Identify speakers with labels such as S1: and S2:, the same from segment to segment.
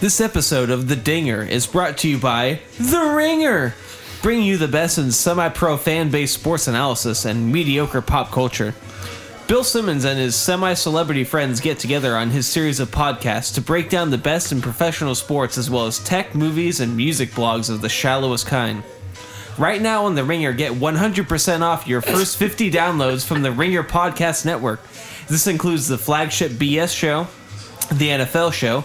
S1: This episode of The Dinger is brought to you by The Ringer, bringing you the best in semi pro fan based sports analysis and mediocre pop culture. Bill Simmons and his semi celebrity friends get together on his series of podcasts to break down the best in professional sports as well as tech, movies, and music blogs of the shallowest kind. Right now on The Ringer, get 100% off your first 50 downloads from the Ringer Podcast Network. This includes the flagship BS show, the NFL show,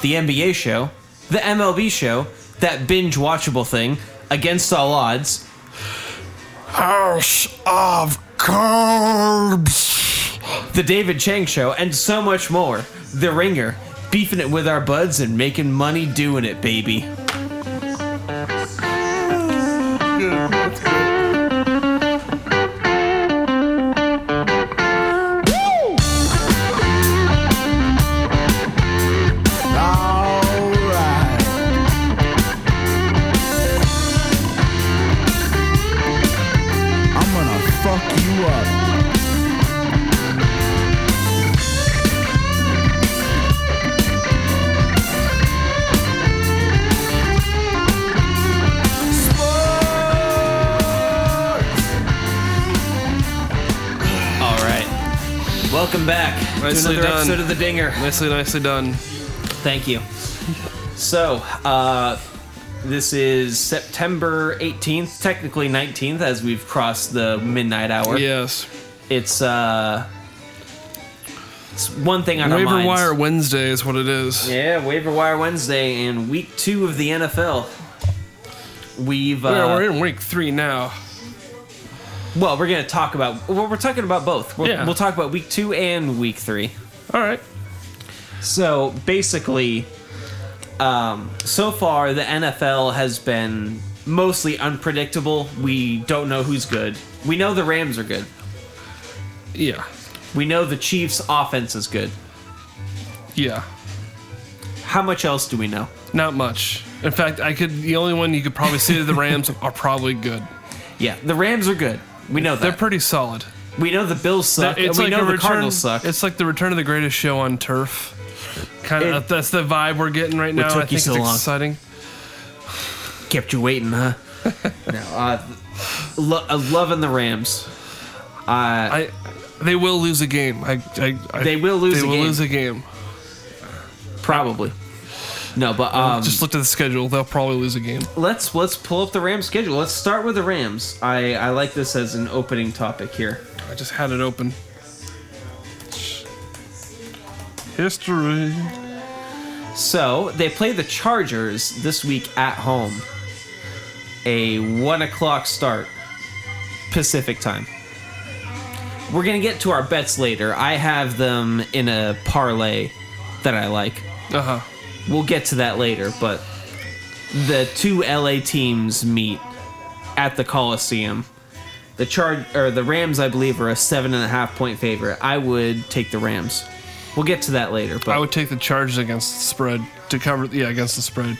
S1: the NBA show, the MLB show, that binge watchable thing, Against All Odds,
S2: House of Carbs.
S1: The David Chang Show, and so much more. The Ringer, beefing it with our buds and making money doing it, baby.
S2: All right. I'm gonna fuck you up.
S1: All right. Welcome back
S3: Nicely
S1: to another
S3: done.
S1: episode of The Dinger.
S3: Nicely, nicely done.
S1: Thank you. So, uh, this is September 18th, technically 19th, as we've crossed the midnight hour.
S3: Yes.
S1: It's, uh, it's one thing on our
S3: Waiver
S1: minds.
S3: wire Wednesday is what it is.
S1: Yeah, waiver wire Wednesday and week two of the NFL. We've uh,
S3: We are- we're in week three now.
S1: well, we're gonna talk about well, we're talking about both. We'll,
S3: Yeah.
S1: we'll talk about week two and week three.
S3: All right.
S1: So basically, um, so far the NFL has been mostly unpredictable. We don't know who's good. We know the Rams are good.
S3: Yeah.
S1: We know the Chiefs' offense is good.
S3: Yeah.
S1: How much else do we know?
S3: Not much. In fact, I could. The only one you could probably say that the Rams are probably good.
S1: Yeah, the Rams are good. We know
S3: They're
S1: that.
S3: pretty solid.
S1: we know the Bills suck. and we know the
S3: return,
S1: Cardinals suck.
S3: It's like the return of the greatest show on turf. Kind
S1: It-
S3: of. That's the vibe we're getting right now.
S1: took
S3: I
S1: you
S3: think it's
S1: so long?
S3: exciting.
S1: kept you waiting, huh? no, uh, lo- uh, loving the Rams. Uh,
S3: I. They will lose a game. I. I, I
S1: They will lose a
S3: They will
S1: game.
S3: lose a game.
S1: probably. No, but um,
S3: Just looked at the schedule. They'll probably lose a game.
S1: let's let's pull up the Rams schedule. Let's start with the Rams. I I like this as an opening topic here.
S3: I just had it open. History.
S1: So they play the Chargers this week at home. A one o'clock start Pacific time. We're gonna get to our bets later. I have them in a parlay that I like.
S3: Uh huh.
S1: We'll get to that later, but the two LA teams meet at the Coliseum. The charge or the Rams, I believe, are a seven and a half point favorite. I would take the Rams. We'll get to that later, but
S3: I would take the Chargers against the spread to cover. Yeah, against the spread.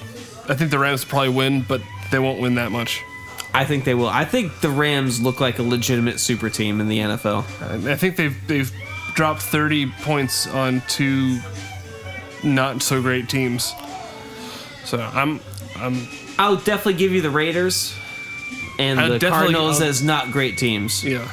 S3: I think the Rams probably win, but they won't win that much.
S1: I think they will. I think the Rams look like a legitimate super team in the NFL.
S3: I I think they've they've dropped 30 points on two not so great teams. So I'm I'm
S1: I'll definitely give you the Raiders and
S3: I'd
S1: the
S3: definitely- um,
S1: Cardinals as not great teams,
S3: yeah.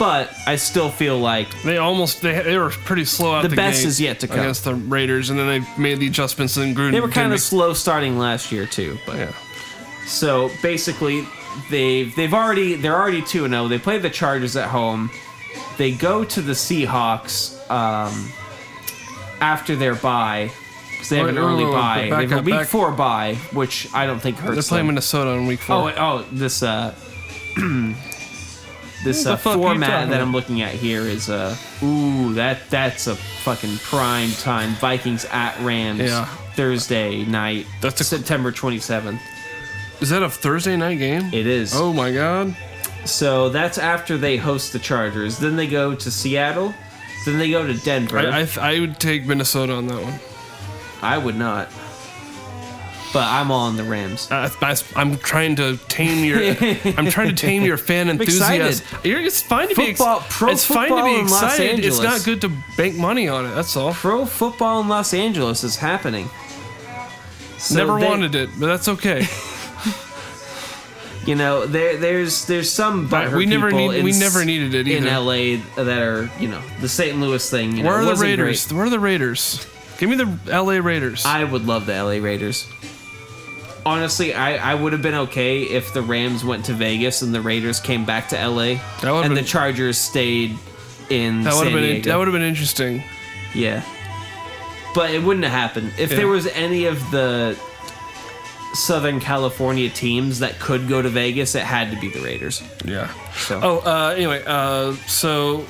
S1: but I still feel like
S3: They almost they, they were pretty slow out
S1: The
S3: the,
S1: best
S3: gate
S1: is yet to come.
S3: against the Raiders, and then they made the adjustments and Gruden.
S1: they were kind
S3: didn't
S1: of slow starting last year too. But
S3: make- yeah.
S1: So basically, they've they've already they're already two and zero. They play the Chargers at home. They go to the Seahawks um, after their bye because they have
S3: Wait,
S1: an
S3: wait,
S1: early
S3: wait, wait,
S1: bye.
S3: back
S1: they have a
S3: up,
S1: week
S3: back-
S1: four bye, which I don't think
S3: They're
S1: hurts.
S3: playing
S1: them.
S3: Minnesota in week four.
S1: Oh, wait, oh, this uh, this
S3: the
S1: uh,
S3: fuck are you
S1: format
S3: talking
S1: that
S3: about?
S1: I'm looking at here is uh, ooh, that that's a fucking prime time Vikings at Rams
S3: Yeah.
S1: Thursday night.
S3: That's a-
S1: September 27th.
S3: Is that a Thursday night game?
S1: It is.
S3: Oh my god.
S1: So that's after they host the Chargers. Then they go to Seattle. Then they go to Denver. I,
S3: I, I, I would take Minnesota on that one.
S1: would not. But I'm all in the Rams.
S3: Uh, I, I, I'm trying to tame your I'm trying to tame your fan enthusiasm. You're, it's fine to
S1: Football-
S3: be ex-
S1: pro
S3: it's fine to
S1: football
S3: be
S1: in Los
S3: excited.
S1: Angeles.
S3: It's not good to bank money on it. That's all.
S1: Pro football in Los Angeles is happening. So
S3: Never
S1: they-
S3: wanted it, but that's okay.
S1: You know, there there's there's some butthurt
S3: we never
S1: people
S3: need-
S1: in
S3: we
S1: s-
S3: never needed it
S1: in
S3: either.
S1: L.A. that are you know the St. Louis thing. You know,
S3: Where are the
S1: wasn't great.
S3: Raiders? Where are the Raiders? Give me the L.A. Raiders.
S1: I would love the LA Raiders. Honestly, I, I would have been okay if the Rams went to Vegas and the Raiders came back to LA
S3: That would've
S1: and the
S3: been-
S1: Chargers stayed in
S3: that would
S1: San
S3: have been
S1: Diego.
S3: that would have been interesting.
S1: yeah. But it wouldn't have happened. If
S3: Yeah.
S1: there was any of the Southern California teams that could go to Vegas, it had to be the Raiders.
S3: Yeah.
S1: So
S3: Oh, uh, anyway, uh, so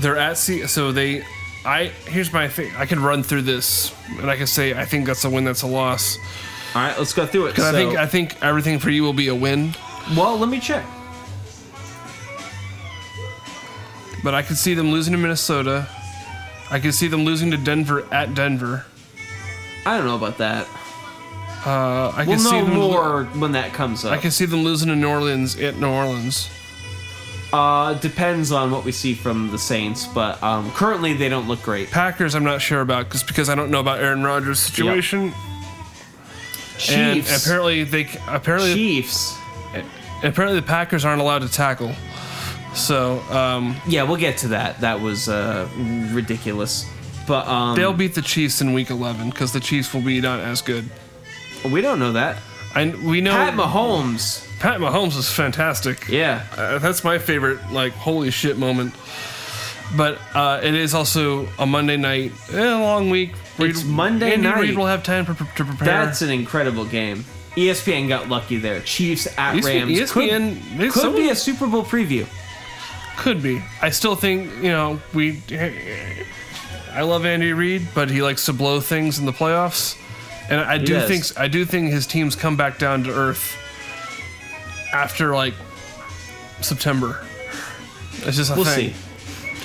S3: they're at sea. So they, I here's my thing. I can run through this, and I can say I think that's a win, that's a loss.
S1: all right, let's go through it.
S3: Because
S1: So-
S3: I think I think everything for you will be a win,
S1: well, let me check.
S3: but I could see them losing to Minnesota. I could see them losing to Denver at Denver.
S1: I don't know about that.
S3: Uh, I
S1: We'll
S3: could see
S1: know
S3: them.
S1: more when that comes up.
S3: I could see them losing to New Orleans at New Orleans.
S1: Uh, depends on what we see from the Saints, but um, currently they don't look great.
S3: Packers, I'm not sure about just because I don't know about Aaron Rodgers' situation. And
S1: Chiefs,
S3: apparently they c- apparently
S1: Chiefs.
S3: apparently the Packers aren't allowed to tackle. So um,
S1: Yeah, we'll get to that. That was uh, ridiculous. But um,
S3: they'll beat the Chiefs in Week 11 because the Chiefs will be not as good.
S1: we don't know that.
S3: And we know
S1: Pat Mahomes.
S3: Pat Mahomes is fantastic.
S1: Yeah,
S3: Uh, that's my favorite, like holy shit moment. But uh, it is also a Monday night, eh, a long week.
S1: It's Monday
S3: Andy
S1: night.
S3: Reid will have time pre- to prepare.
S1: that's an incredible game. E ESPN got lucky there. Chiefs at
S3: ESPN,
S1: Rams. could
S3: they-
S1: could
S3: someone-
S1: be a Super Bowl preview.
S3: Could be. I still think you know we. I love Andy Reid, but he likes to blow things in the playoffs, and I do
S1: does.
S3: think I do think his teams come back down to earth after like September. It's just a
S1: We'll
S3: thing.
S1: see.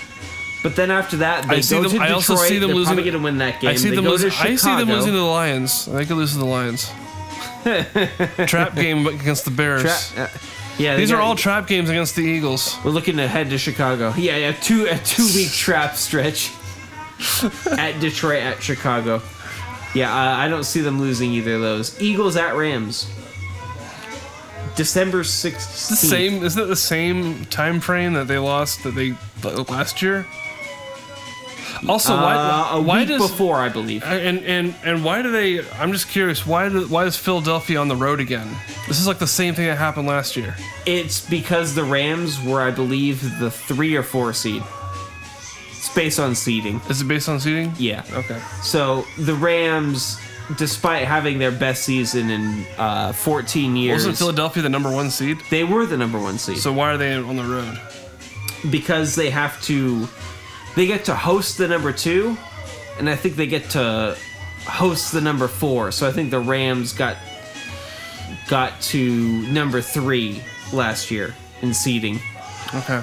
S1: But then after that, they
S3: I see
S1: go
S3: them-
S1: to Detroit.
S3: I also see them
S1: They're
S3: losing-
S1: probably going to win that game.
S3: I see
S1: They
S3: them
S1: go
S3: losing.
S1: to
S3: I see them
S1: Chicago.
S3: losing to the Lions. They could lose to the Lions. trap game against the Bears.
S1: Tra- uh, yeah, they
S3: These are
S1: got-
S3: all trap games against the Eagles.
S1: We're looking to head to Chicago. Yeah, yeah, two a two week trap stretch at Detroit at Chicago. Yeah, uh, I don't see them losing either of those. Eagles at Rams. December
S3: The
S1: sixteenth.
S3: same isn't it the same time frame that they lost that they last year? Also,
S1: Uh,
S3: why
S1: a
S3: why
S1: week
S3: does
S1: before, I believe.
S3: and and and why do they? I'm just curious. Why do, why is Philadelphia on the road again? This is like the same thing that happened last year.
S1: It's because the Rams were, I believe, the three or four seed. It's based on seeding.
S3: Is it based on seating?
S1: Yeah.
S3: Okay.
S1: So the Rams, despite having their best season in uh, 14 years,
S3: Wasn't Philadelphia the number one seed?
S1: they were the number one seed.
S3: So why are they on the road?
S1: because they have to they get to host the number two and i think they get to host the number four so i think the rams got got to number three last year in seeding
S3: Okay.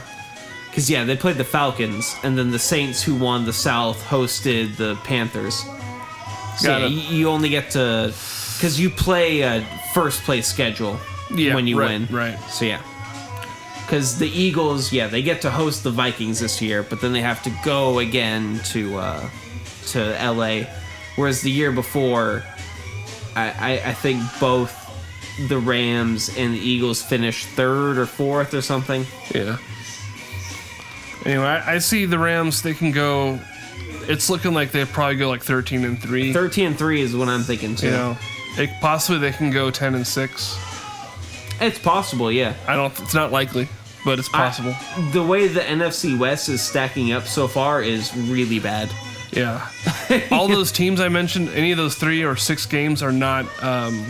S1: because yeah they played the falcons and then the saints who won the south hosted the panthers so
S3: Got
S1: yeah,
S3: it.
S1: y- you only get to because you play a first place schedule
S3: Yeah,
S1: when you
S3: right,
S1: win
S3: right.
S1: so yeah because the eagles yeah they get to host the vikings this year but then they have to go again to uh to la whereas the year before i i, I think both the rams and the eagles finished third or fourth or something
S3: Yeah. Anyway, I, I see the Rams. They can go. It's looking like they probably go like 13 and three.
S1: 13 and 3 is what i'm thinking too
S3: You know, it, possibly they can go 10 and six.
S1: it's possible yeah
S3: I don't. It's not likely, but it's possible.
S1: I- the way the NFC West is stacking up so far is really bad.
S3: yeah. All those teams I mentioned, any of those three or six games are not um,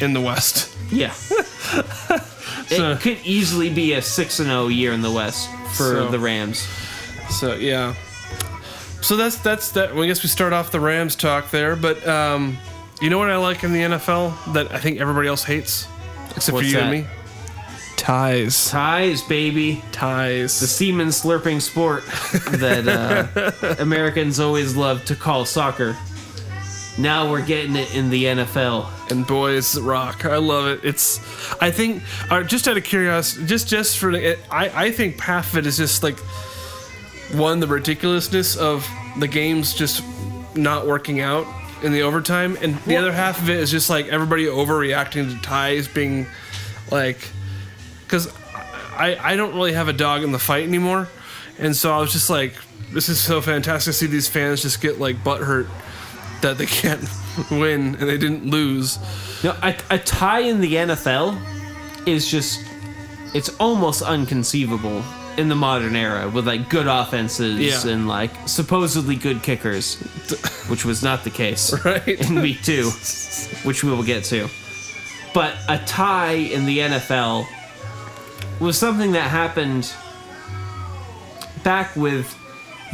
S3: in the West.
S1: Yeah.
S3: So-
S1: it could easily be a 6 and 0 year in the West for
S3: So-
S1: the Rams.
S3: So yeah. So that's that's that. Well, I guess we start off the Rams talk there, but um, you know what I like in the NFL that I think everybody else hates, except
S1: What's
S3: for you and
S1: that?
S3: me. Ties,
S1: Ties, baby. The
S3: ties.
S1: semen slurping sport that uh, Americans always love to call soccer. Now we're getting it in the NFL.
S3: and boys rock. I love it. It's, I think, uh, just out of curiosity, just just for the, I I think half of it is just like, one the ridiculousness of the games just not working out, in the overtime, and the other half of it is just like everybody overreacting to ties being like, because I I don't really have a dog in the fight anymore, and so I was just like, this is so fantastic to see these fans just get like butthurt that they can't win and they didn't lose.
S1: No, a, a tie in the NFL is just it's almost unconceivable in the modern era with like good offenses
S3: Yeah.
S1: and like supposedly good kickers, which was not the case
S3: Right.
S1: in week two, which we will get to. But a tie in the NFL was something that happened back with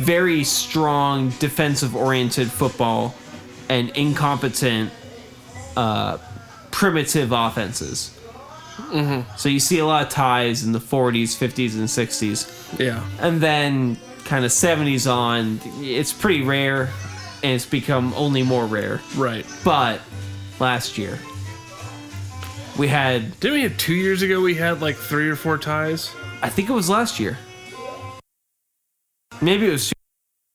S1: very strong defensive oriented football and incompetent uh, primitive offenses. So you see a lot of ties in the 40s, 50s, and 60s.
S3: Yeah.
S1: And then kind of 70s on, it's pretty rare and it's become only more rare.
S3: Right.
S1: But last year, we had,
S3: Didn't we have two years ago? We had like three or four ties.
S1: I think it was last year. Maybe it was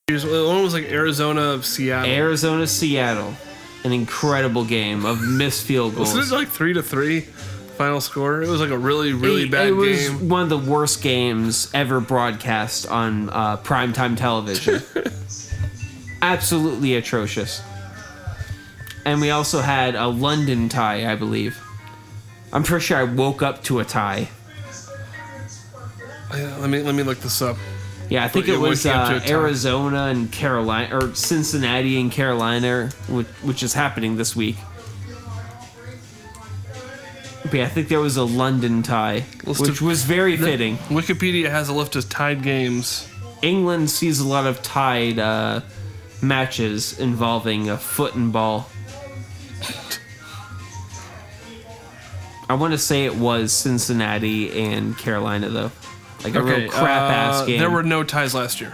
S3: Years- One was like Arizona, Seattle.
S1: Arizona, Seattle. An incredible game of missed field goals.
S3: Wasn't it like three to three final score? It was like a really, really
S1: It-
S3: bad
S1: it was
S3: game.
S1: one of the worst games ever broadcast on uh, primetime television. Absolutely atrocious. And we also had a London tie, I believe. I'm pretty sure I woke up to a tie.
S3: Yeah, Let me let me look this up.
S1: Yeah, I think
S3: you
S1: it was
S3: woke up to a
S1: uh,
S3: tie.
S1: Arizona and Carolina, or Cincinnati and Carolina, which, which is happening this week. But yeah, I think there was a London tie,
S3: Let's
S1: which
S3: do-
S1: was very fitting.
S3: Wikipedia has a list of tied games.
S1: England sees a lot of tied uh, matches involving a foot and ball. I want to say it was Cincinnati and Carolina, though. Like a real crap ass
S3: uh,
S1: game.
S3: There were no ties last year.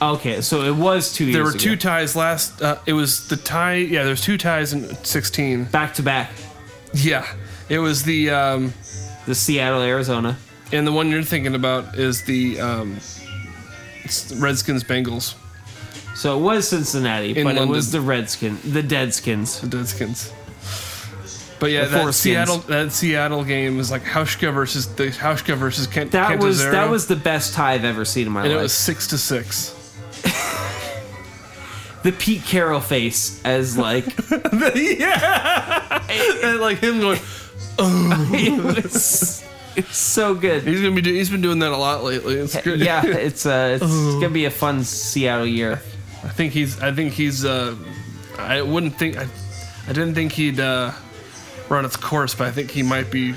S1: okay, so it was two years
S3: There were two
S1: ago.
S3: ties last. Uh, it was the tie. Yeah, there's two ties in 16.
S1: back to back.
S3: Yeah, it was the um,
S1: The Seattle, Arizona.
S3: and the one you're thinking about is the um, it's Redskins Bengals.
S1: So it was Cincinnati, but
S3: London.
S1: it was the Redskins, the Deadskins.
S3: the Redskins. But yeah,
S1: The
S3: that
S1: Foreskins.
S3: Seattle that Seattle game was like Hauschka versus the Hauschka versus Kent.
S1: That
S3: Kent
S1: was that
S3: Azero,
S1: was the best tie I've ever seen in my
S3: and
S1: life.
S3: it was six to six.
S1: the Pete Carroll face as like
S3: yeah, and like him going,
S1: it was, it's so good.
S3: he's gonna be do- he's been doing that a lot lately. It's good. Oh.
S1: Yeah, it's uh, it's gonna be a fun Seattle year.
S3: I think he's I think he's uh, I wouldn't think I, I didn't think he'd uh, run its course, but I think he might be.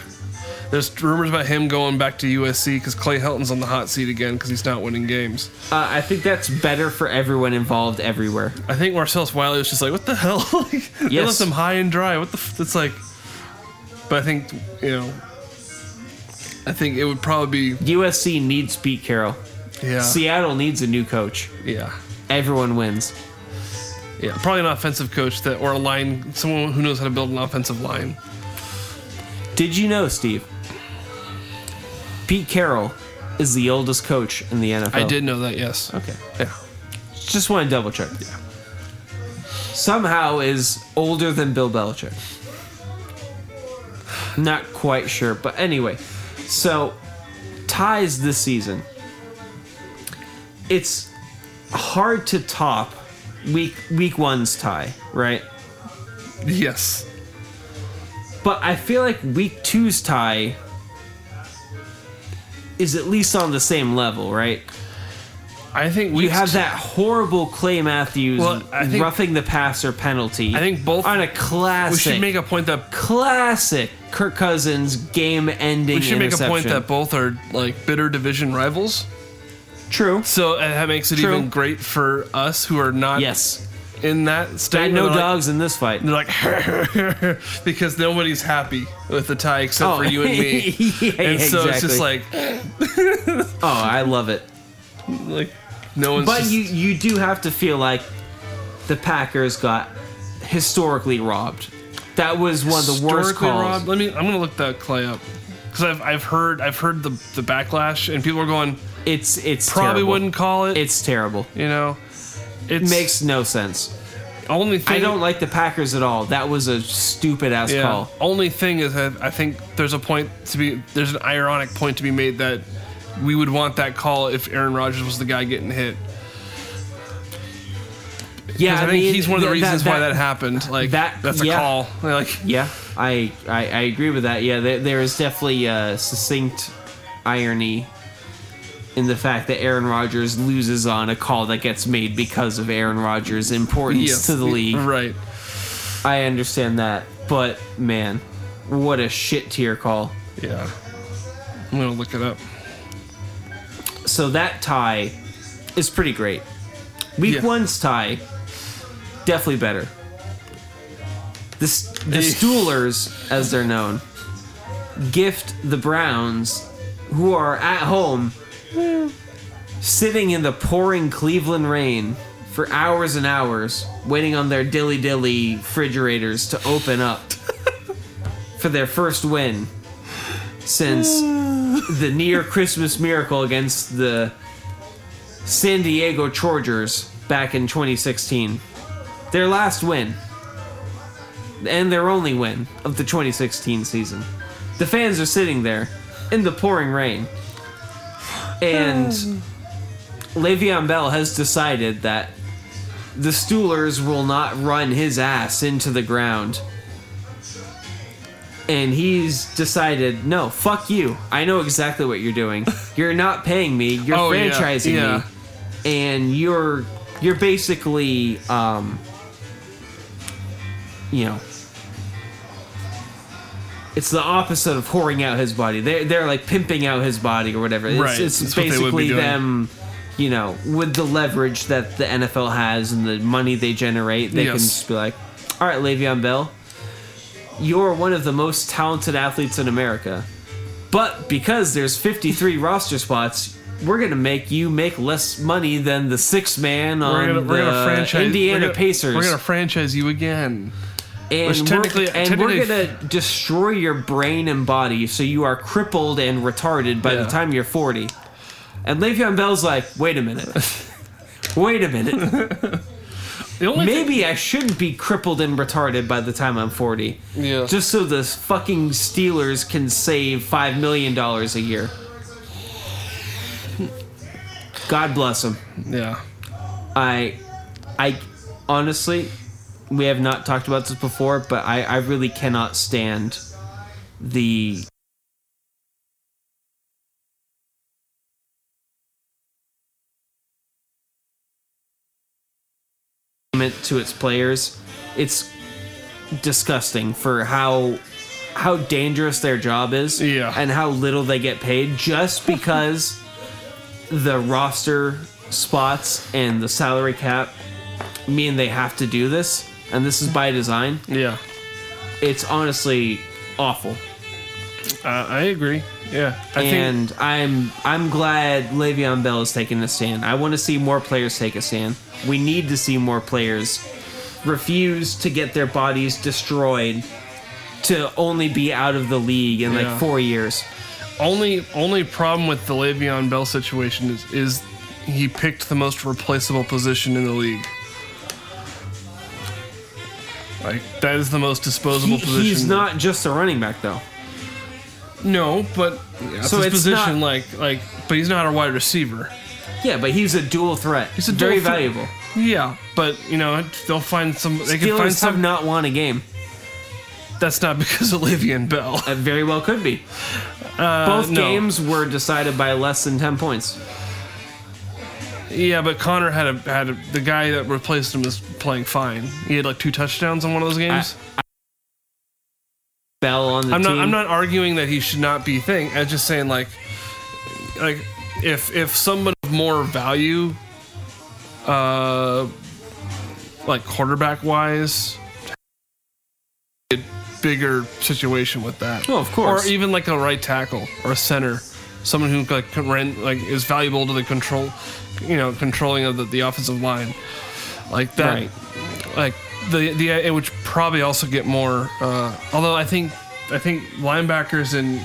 S3: There's rumors about him going back to USC because Clay Helton's on the hot seat again because he's not winning games.
S1: Uh, I think that's better for everyone involved everywhere.
S3: I think Marcellus Wiley was just like, "What the hell? like, They
S1: Yes.
S3: left him high and dry. What the? F-? It's like." But I think you know. I think it would probably be
S1: USC needs Pete Carroll.
S3: yeah,
S1: Seattle needs a new coach.
S3: yeah,
S1: Everyone wins.
S3: yeah. Probably an offensive coach that or a line, someone who knows how to build an offensive line.
S1: Did you know, Steve? Pete Carroll is the oldest coach in the NFL.
S3: I did know that. Yes.
S1: Oh. Okay.
S3: Yeah.
S1: Just want to double check. Yeah. Somehow is older than Bill Belichick. Not quite sure, but anyway. So ties this season. It's hard to top week week one's tie, right?
S3: Yes.
S1: But I feel like week two's tie is at least on the same level, right?
S3: I think we
S1: You have that horrible Clay Matthews
S3: Well, I think-
S1: roughing the passer penalty.
S3: I think both-
S1: on a
S3: We
S1: classic,
S3: should make a point that
S1: classic Kirk Cousins game-ending
S3: we should make a
S1: interception.
S3: point that both are like bitter division rivals.
S1: True.
S3: So and that makes it
S1: True.
S3: even great for us who are not
S1: Yes.
S3: in that
S1: Got
S3: state.
S1: no
S3: We're like,
S1: dogs in this fight.
S3: They're like because nobody's happy with the tie except
S1: Oh.
S3: for you and me.
S1: Yeah,
S3: and so
S1: exactly.
S3: it's just like
S1: oh, I love it.
S3: like no one's
S1: But
S3: just-
S1: you you do have to feel like the Packers got historically robbed. That was one of the worst
S3: historically,
S1: calls.
S3: Rob, let me I'm gonna look that clay up. Because I've, I've heard I've heard the, the backlash and people are going
S1: It's it's
S3: probably
S1: terrible.
S3: wouldn't call it.
S1: It's terrible.
S3: you know. It's,
S1: It makes no sense.
S3: Only thing
S1: I don't like the Packers at all. That was a stupid ass
S3: Yeah.
S1: call.
S3: Only thing is, I, I think there's a point to be there's an ironic point to be made that we would want that call if Aaron Rodgers was the guy getting hit.
S1: Yeah,
S3: I, think
S1: mean,
S3: he's one of the
S1: th- that-
S3: reasons why that
S1: that-
S3: happened. Like
S1: that-
S3: that's a
S1: yeah.
S3: call. Like
S1: Yeah, I, I I agree with that. Yeah, there, there is definitely a succinct irony in the fact that Aaron Rodgers loses on a call that gets made because of Aaron Rodgers' importance
S3: yes,
S1: to the league.
S3: right?
S1: I understand that, but man, what a shit tier call.
S3: Yeah, I'm gonna look it up.
S1: So that tie is pretty great. Week
S3: Yeah.
S1: one's tie, definitely better. The, S- the
S3: Eh.
S1: Stoolers, as they're known, gift the Browns, who are at home, sitting in the pouring Cleveland rain for hours and hours, waiting on their dilly dilly refrigerators to open up for their first win since the near Christmas miracle against the San Diego Chargers back in 2016. Their last win. And their only win of the 2016 season. The fans are sitting there in the pouring rain. And Le'Veon Bell has decided that the Stoolers will not run his ass into the ground and he's decided, no, fuck you. I know exactly what you're doing. You're not paying me. You're
S3: Oh, yeah,
S1: franchising
S3: yeah.
S1: me, and you're you're basically, um, you know, it's the opposite of whoring out his body. They're they're like pimping out his body or whatever. It's,
S3: Right,
S1: it's
S3: that's what they would
S1: basically
S3: be doing.
S1: them. You know, with the leverage that the NFL has and the money they generate, they can
S3: Yes.
S1: just be like, "All right, Le'Veon Bell, you're one of the most talented athletes in America. But because there's 53 roster spots, we're going to make you make less money than the sixth man on
S3: We're gonna,
S1: the
S3: we're gonna franchise
S1: uh, Indiana
S3: we're gonna-
S1: Pacers.
S3: We're gonna franchise you again.
S1: and
S3: which
S1: we're,
S3: technically-
S1: and we're
S3: technically-
S1: going to destroy your brain and body so you are crippled and retarded by
S3: Yeah.
S1: the time you're 40. And Le'Veon Bell's like, wait a minute. Wait a minute.
S3: The only thing-
S1: Maybe I shouldn't be crippled and retarded by the time I'm 40.
S3: yeah.
S1: Just so the fucking Steelers can save five million dollars a year. God bless them.
S3: yeah.
S1: I, I, honestly, we have not talked about this before, but I, I really cannot stand the. to its players it's disgusting for how how dangerous their job is
S3: Yeah.
S1: and how little they get paid just because the roster spots and the salary cap mean they have to do this and this is by design
S3: Yeah.
S1: it's honestly awful
S3: Uh, I agree. Yeah. I think
S1: and I'm I'm glad Le'Veon Bell is taking a stand. I want to see more players take a stand. We need to see more players refuse to get their bodies destroyed to only be out of the league in
S3: Yeah.
S1: like four years.
S3: only only problem with the Le'Veon Bell situation is is he picked the most replaceable position in the league. Like that is the most disposable
S1: He-
S3: position.
S1: he's not just a running back though.
S3: No, but so
S1: So
S3: his
S1: it's
S3: position
S1: not-
S3: like like but he's not a wide receiver.
S1: Yeah, but he's a dual threat. He's
S3: a dual
S1: very
S3: threat.
S1: valuable.
S3: Yeah, but you know they'll find some. They can find
S1: Steelers have
S3: some.
S1: not won a game.
S3: that's not because of Le'Veon Bell.
S1: That very well could be. Both
S3: Uh, no.
S1: games were decided by less than ten points.
S3: Yeah, but Connor had a had a, the guy that replaced him was playing fine. He had like two touchdowns on one of those games.
S1: Bell on the
S3: I'm
S1: team.
S3: not. I'm not arguing that he should not be thing. I'm just saying like, like if if someone of more value, uh, like quarterback wise, a bigger situation with that.
S1: Oh, of course.
S3: Or even like a right tackle or a center, someone who like can rent, like is valuable to the control, you know, controlling of the, the offensive line, like that
S1: Right.
S3: like the the it would probably also get more. Uh, although I think I think linebackers and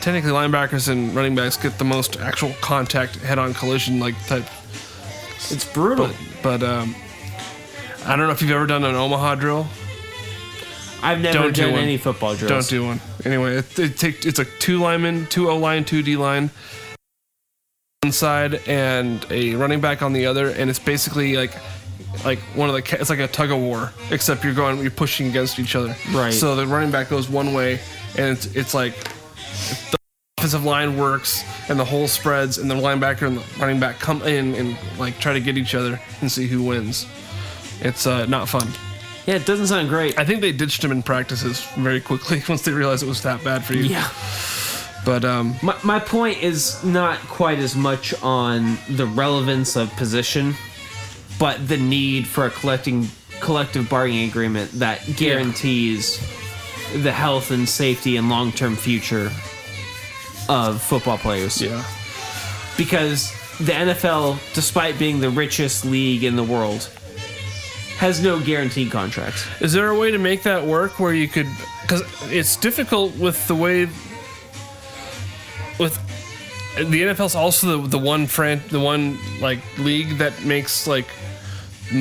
S3: technically linebackers and running backs get the most actual contact head-on collision like type.
S1: Oh. It's brutal.
S3: But um, I don't know if you've ever done an Omaha drill.
S1: I've never
S3: Don't do
S1: done
S3: one.
S1: any football drills.
S3: Don't do one. Anyway, it, it take, it's a two lineman, two O line, two D line, one side and a running back on the other, and it's basically like like one of the ca- it's like a tug of war, except you're going you're pushing against each other.
S1: Right.
S3: So the running back goes one way, and it's it's like the offensive line works and the hole spreads, and the linebacker and the running back come in and like try to get each other and see who wins. It's uh, not fun.
S1: Yeah, it doesn't sound great.
S3: I think they ditched him in practices very quickly once they realized it was that bad for you.
S1: yeah.
S3: But um,
S1: My, my point is not quite as much on the relevance of position, but the need for a collecting collective bargaining agreement that guarantees the health and safety and long term future of football players.
S3: yeah,
S1: Because the NFL, despite being the richest league in the world, has no guaranteed contracts.
S3: is there a way to make that work where you could? Because it's difficult with the way with the NFL's also the, the one fran- the one like league that makes like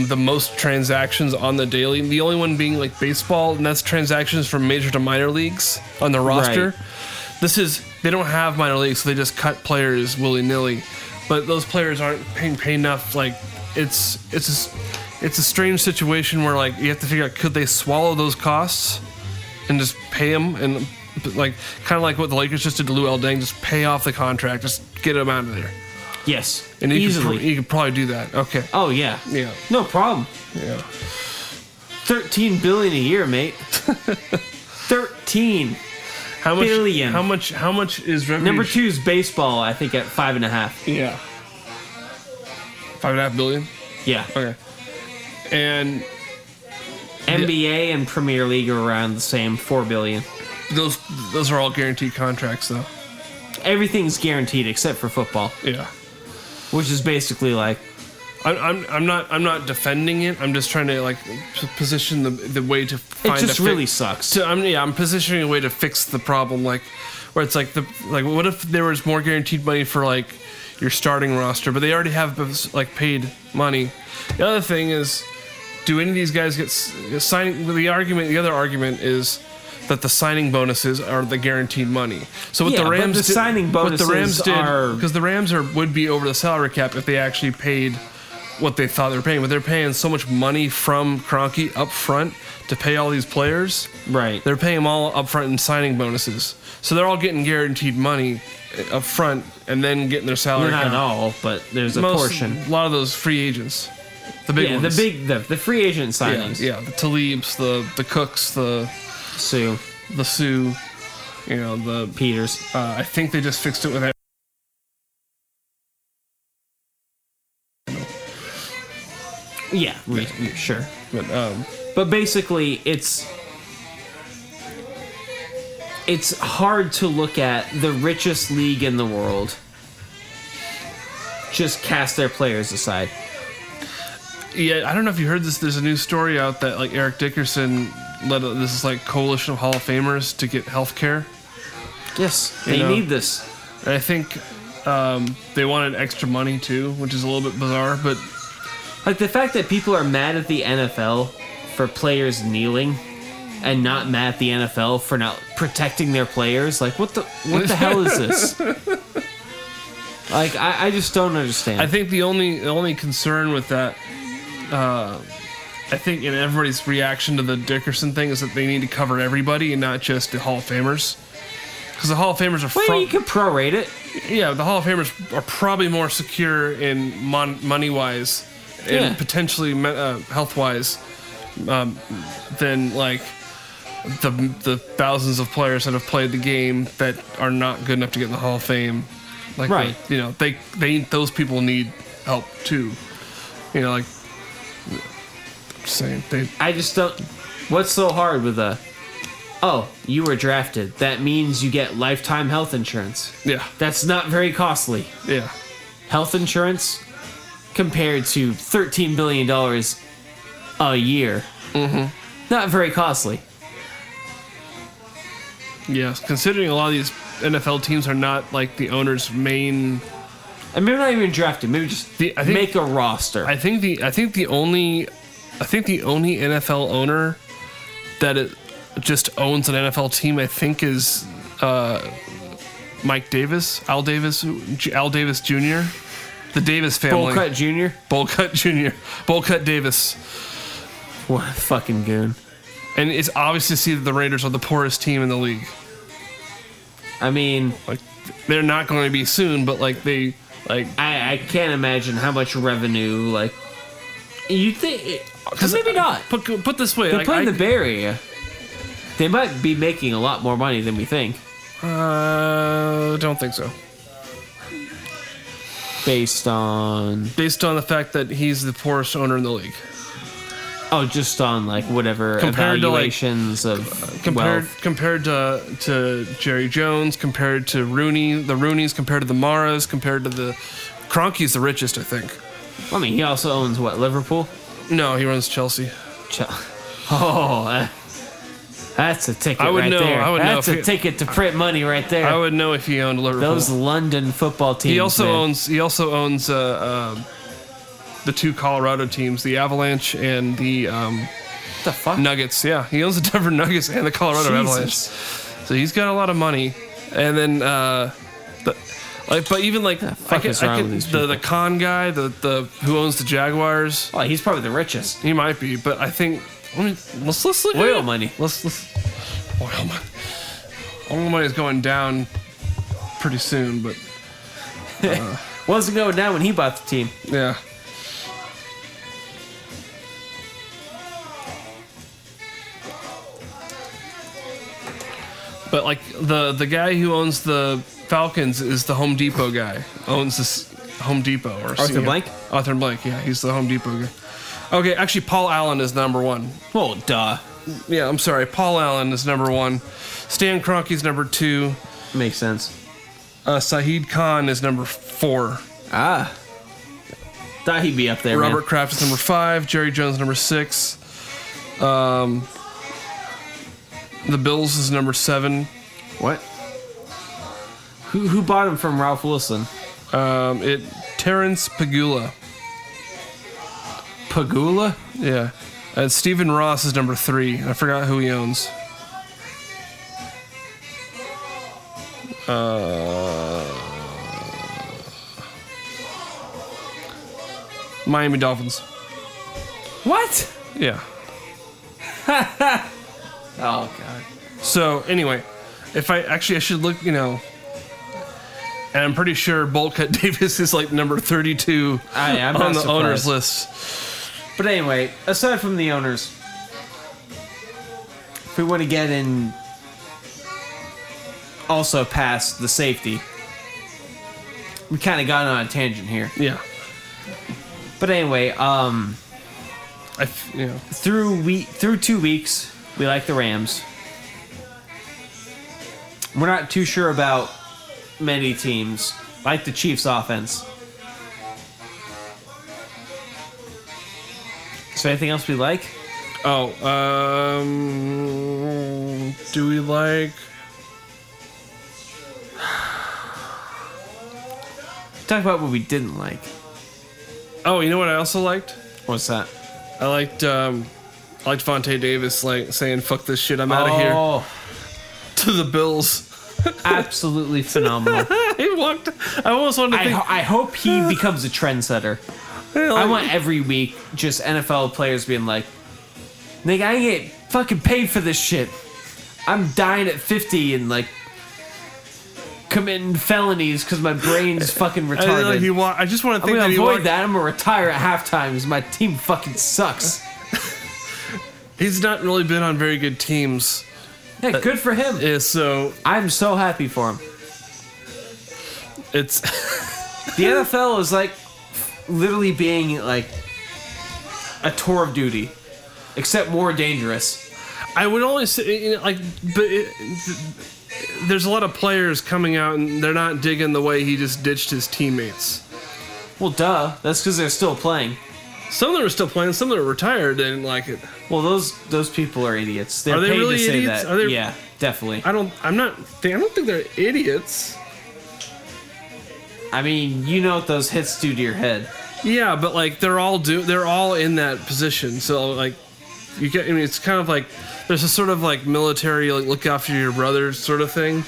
S3: the most transactions on the daily. The only one being like baseball, and that's transactions from major to minor leagues on the roster.
S1: Right.
S3: This is they don't have minor leagues, so they just cut players willy nilly. But those players aren't paying paid enough. Like it's it's just, it's a strange situation where like you have to figure out could they swallow those costs and just pay him and like kind of like what the Lakers just did to Lou Deng, just pay off the contract, just get him out of there.
S1: Yes.
S3: And you
S1: easily.
S3: could, pr- you could probably do that. Okay.
S1: oh, yeah.
S3: Yeah.
S1: No problem.
S3: Yeah.
S1: 13 billion a year, mate. 13.
S3: How much?
S1: Billion.
S3: How much? How much is revenue?
S1: Number two is baseball, I think, at five and a half.
S3: Yeah. Five and a half billion.
S1: Yeah.
S3: Okay. And
S1: NBA and Premier League are around the same, four billion.
S3: those those are all guaranteed contracts, though.
S1: Everything's guaranteed except for football,
S3: Yeah.
S1: which is basically like,
S3: I'm, I'm, I'm not I'm not defending it. I'm just trying to like p- position the the way to find
S1: just
S3: a fi-
S1: really sucks.
S3: So I'm yeah I'm positioning a way to fix the problem like where it's like the like what if there was more guaranteed money for like your starting roster, but they already have like paid money. The other thing is, do any of these guys get s- signing? The argument the other argument is. That the signing bonuses are the guaranteed money. So what
S1: Yeah,
S3: the
S1: but
S3: Rams
S1: the
S3: did,
S1: signing
S3: what the Rams
S1: bonuses
S3: did,
S1: are-
S3: because the Rams are would be over the salary cap if they actually paid what they thought they were paying, but they're paying so much money from Kroenke up front to pay all these players.
S1: right.
S3: They're paying them all up front in signing bonuses, so they're all getting guaranteed money up front and then getting their salary.
S1: Well, not
S3: cap.
S1: all, but there's a
S3: Most-
S1: portion.
S3: A lot of those free agents, the big
S1: yeah,
S3: ones.
S1: the big, the, the free agent
S3: yeah,
S1: signings.
S3: yeah, the Talibs, the the Cooks, the
S1: Sue,
S3: the Sue, you know the
S1: Peters.
S3: Uh, I think they just fixed it with. that.
S1: Yeah, we, we- sure.
S3: But um,
S1: But basically, it's it's hard to look at the richest league in the world just cast their players aside.
S3: yeah, I don't know if you heard this. There's a new story out that like Eric Dickerson led a, this is like coalition of Hall of Famers to get health care.
S1: Yes,
S3: You
S1: they
S3: know.
S1: need this.
S3: I think um, they wanted extra money too, which is a little bit bizarre. But
S1: Like the fact that people are mad at the NFL for players kneeling and not mad at the NFL for not protecting their players. Like what the what the hell is this? Like I, I just don't understand.
S3: I think the only the only concern with that, uh, I think in everybody's reaction to the Dickerson thing is that they need to cover everybody and not just the Hall of Famers. Because the Hall of Famers are
S1: well,
S3: front,
S1: you could prorate it.
S3: yeah, the Hall of Famers are probably more secure in mon- money wise and
S1: Yeah.
S3: potentially me- uh, health wise um, than like the the thousands of players that have played the game that are not good enough to get in the Hall of Fame. Like
S1: Right.
S3: you know, they they those people need help too. You know, like just saying they
S1: I just don't. What's so hard with a? Oh, you were drafted. That means you get lifetime health insurance.
S3: yeah
S1: That's not very costly.
S3: yeah
S1: Health insurance compared to thirteen billion dollars a year. Mm-hmm. Not very costly.
S3: yeah. Considering a lot of these NFL teams are not like the owner's main
S1: And maybe not even drafted. Maybe just
S3: The- I think-
S1: make a roster.
S3: I think the I think the only I think the only NFL owner that it just owns an NFL team, I think, is uh, Mike Davis, Al Davis, Al Davis Jr., the Davis family,
S1: Bullcut Jr.
S3: Bolcut Jr., Bolcut Davis,
S1: What a fucking goon.
S3: and it's obvious to see that the Raiders are the poorest team in the league.
S1: I mean,
S3: Like, they're not going to be soon, but like they, like
S1: I, I can't imagine how much revenue, like, you think. Maybe not.
S3: Put, put this way,
S1: They're
S3: like,
S1: playing
S3: I-
S1: the Bay Area. They might be making a lot more money than we think,
S3: Uh, don't think so.
S1: based on
S3: Based on the fact that he's the poorest owner in the league.
S1: oh, just on like whatever
S3: Compared to, like, uh,
S1: evaluations of
S3: compared
S1: wealth.
S3: compared to to Jerry Jones, compared to Rooney, the Rooneys, compared to the Maras, compared to the Cronky's the richest, I think.
S1: I mean, he also owns what Liverpool.
S3: No, he runs Chelsea.
S1: Ch- Oh, that- that's a ticket
S3: I would
S1: right
S3: know-
S1: there.
S3: I would know
S1: that's
S3: if
S1: a
S3: he-
S1: ticket to print money right there.
S3: I would know if he owned Liverpool.
S1: Those London football teams.
S3: he also
S1: man.
S3: owns he also owns uh, uh, the two Colorado teams, the Avalanche and the um,
S1: what the fuck.
S3: Nuggets. Yeah, he owns the Denver Nuggets and the Colorado
S1: Oh.
S3: Avalanche.
S1: Jesus.
S3: So he's got a lot of money, and then uh, the, like, but even like
S1: fuck is wrong with these
S3: the
S1: people?
S3: the con guy, the the who owns the Jaguars,
S1: Oh, he's probably the richest.
S3: he might be, but I think let me, let's let's look at
S1: Oil
S3: it.
S1: money.
S3: Let's let's oil money. Oil money is going down pretty soon, but
S1: Wasn't going down when he bought the team.
S3: yeah. But like the the guy who owns the Falcons is the Home Depot guy. Owns this Home Depot or E
S1: Arthur Blank?
S3: Arthur Blank, yeah, he's the Home Depot guy. Okay, actually, Paul Allen is number one.
S1: Well, duh,
S3: Yeah, I'm sorry, Paul Allen is number one. Stan Kroenke's number two.
S1: makes sense.
S3: Uh, Saeed Khan is number four.
S1: Ah, thought he'd be up there.
S3: Robert
S1: man.
S3: Kraft is number five. Jerry Jones number six. Um, the Bills is number seven.
S1: What? Who who bought him from Ralph Wilson?
S3: Um, it Terrence Pagula.
S1: Pagula.
S3: Yeah. And Stephen Ross is number three. I forgot who he owns. Uh, Miami Dolphins.
S1: What?
S3: Yeah.
S1: Oh god.
S3: So anyway, if I actually I should look, you know, and I'm pretty sure Bolcut Davis is like number 32
S1: I, I'm
S3: on
S1: not
S3: the owners
S1: surprised.
S3: list.
S1: But anyway, aside from the owners, if we want to get in, also past the safety, we kind of got on a tangent here.
S3: Yeah,
S1: But anyway, um,
S3: I f- you know
S1: through week through two weeks, we like the Rams. We're not too sure about many teams like the Chiefs' offense. So anything else we like?
S3: Oh, um, do we like?
S1: Talk about what we didn't like.
S3: Oh, you know what I also liked?
S1: What's that?
S3: I liked um, I liked Vontae Davis like saying "fuck this shit, I'm out of
S1: Oh.
S3: here" to the Bills.
S1: absolutely phenomenal.
S3: he walked. I almost wanted to
S1: I,
S3: think.
S1: ho- I hope he becomes a trendsetter.
S3: yeah,
S1: I
S3: like-
S1: want every week just NFL players being like, "Nigga, I ain't get fucking paid for this shit. I'm dying at 50 and like committing felonies because my brain's fucking
S3: I, didn't
S1: retarded.
S3: like he wa- I just want to
S1: I'm
S3: think
S1: gonna
S3: that he
S1: avoid
S3: walked.
S1: that. I'm gonna retire at halftime because my team fucking sucks.
S3: He's not really been on very good teams,
S1: Yeah, good for him.
S3: yeah, so
S1: I'm so happy for him.
S3: it's.
S1: The NFL is like literally being like a tour of duty, except more dangerous.
S3: I would only say, you know, like, but it, th- there's a lot of players coming out and they're not digging the way he just ditched his teammates.
S1: Well, duh. That's because they're still playing.
S3: Some of them are still playing, some of them are retired and like it.
S1: Well, those those people are idiots. They're
S3: Are they
S1: paid
S3: really
S1: to say
S3: idiots?
S1: that.
S3: Are they-
S1: Yeah, definitely.
S3: I don't. I'm not. I don't think they're idiots.
S1: I mean, you know what those hits do to your head.
S3: Yeah, but like they're all do they're all in that position. So like you get I mean it's kind of like there's a sort of like military like look after your brothers sort of thing.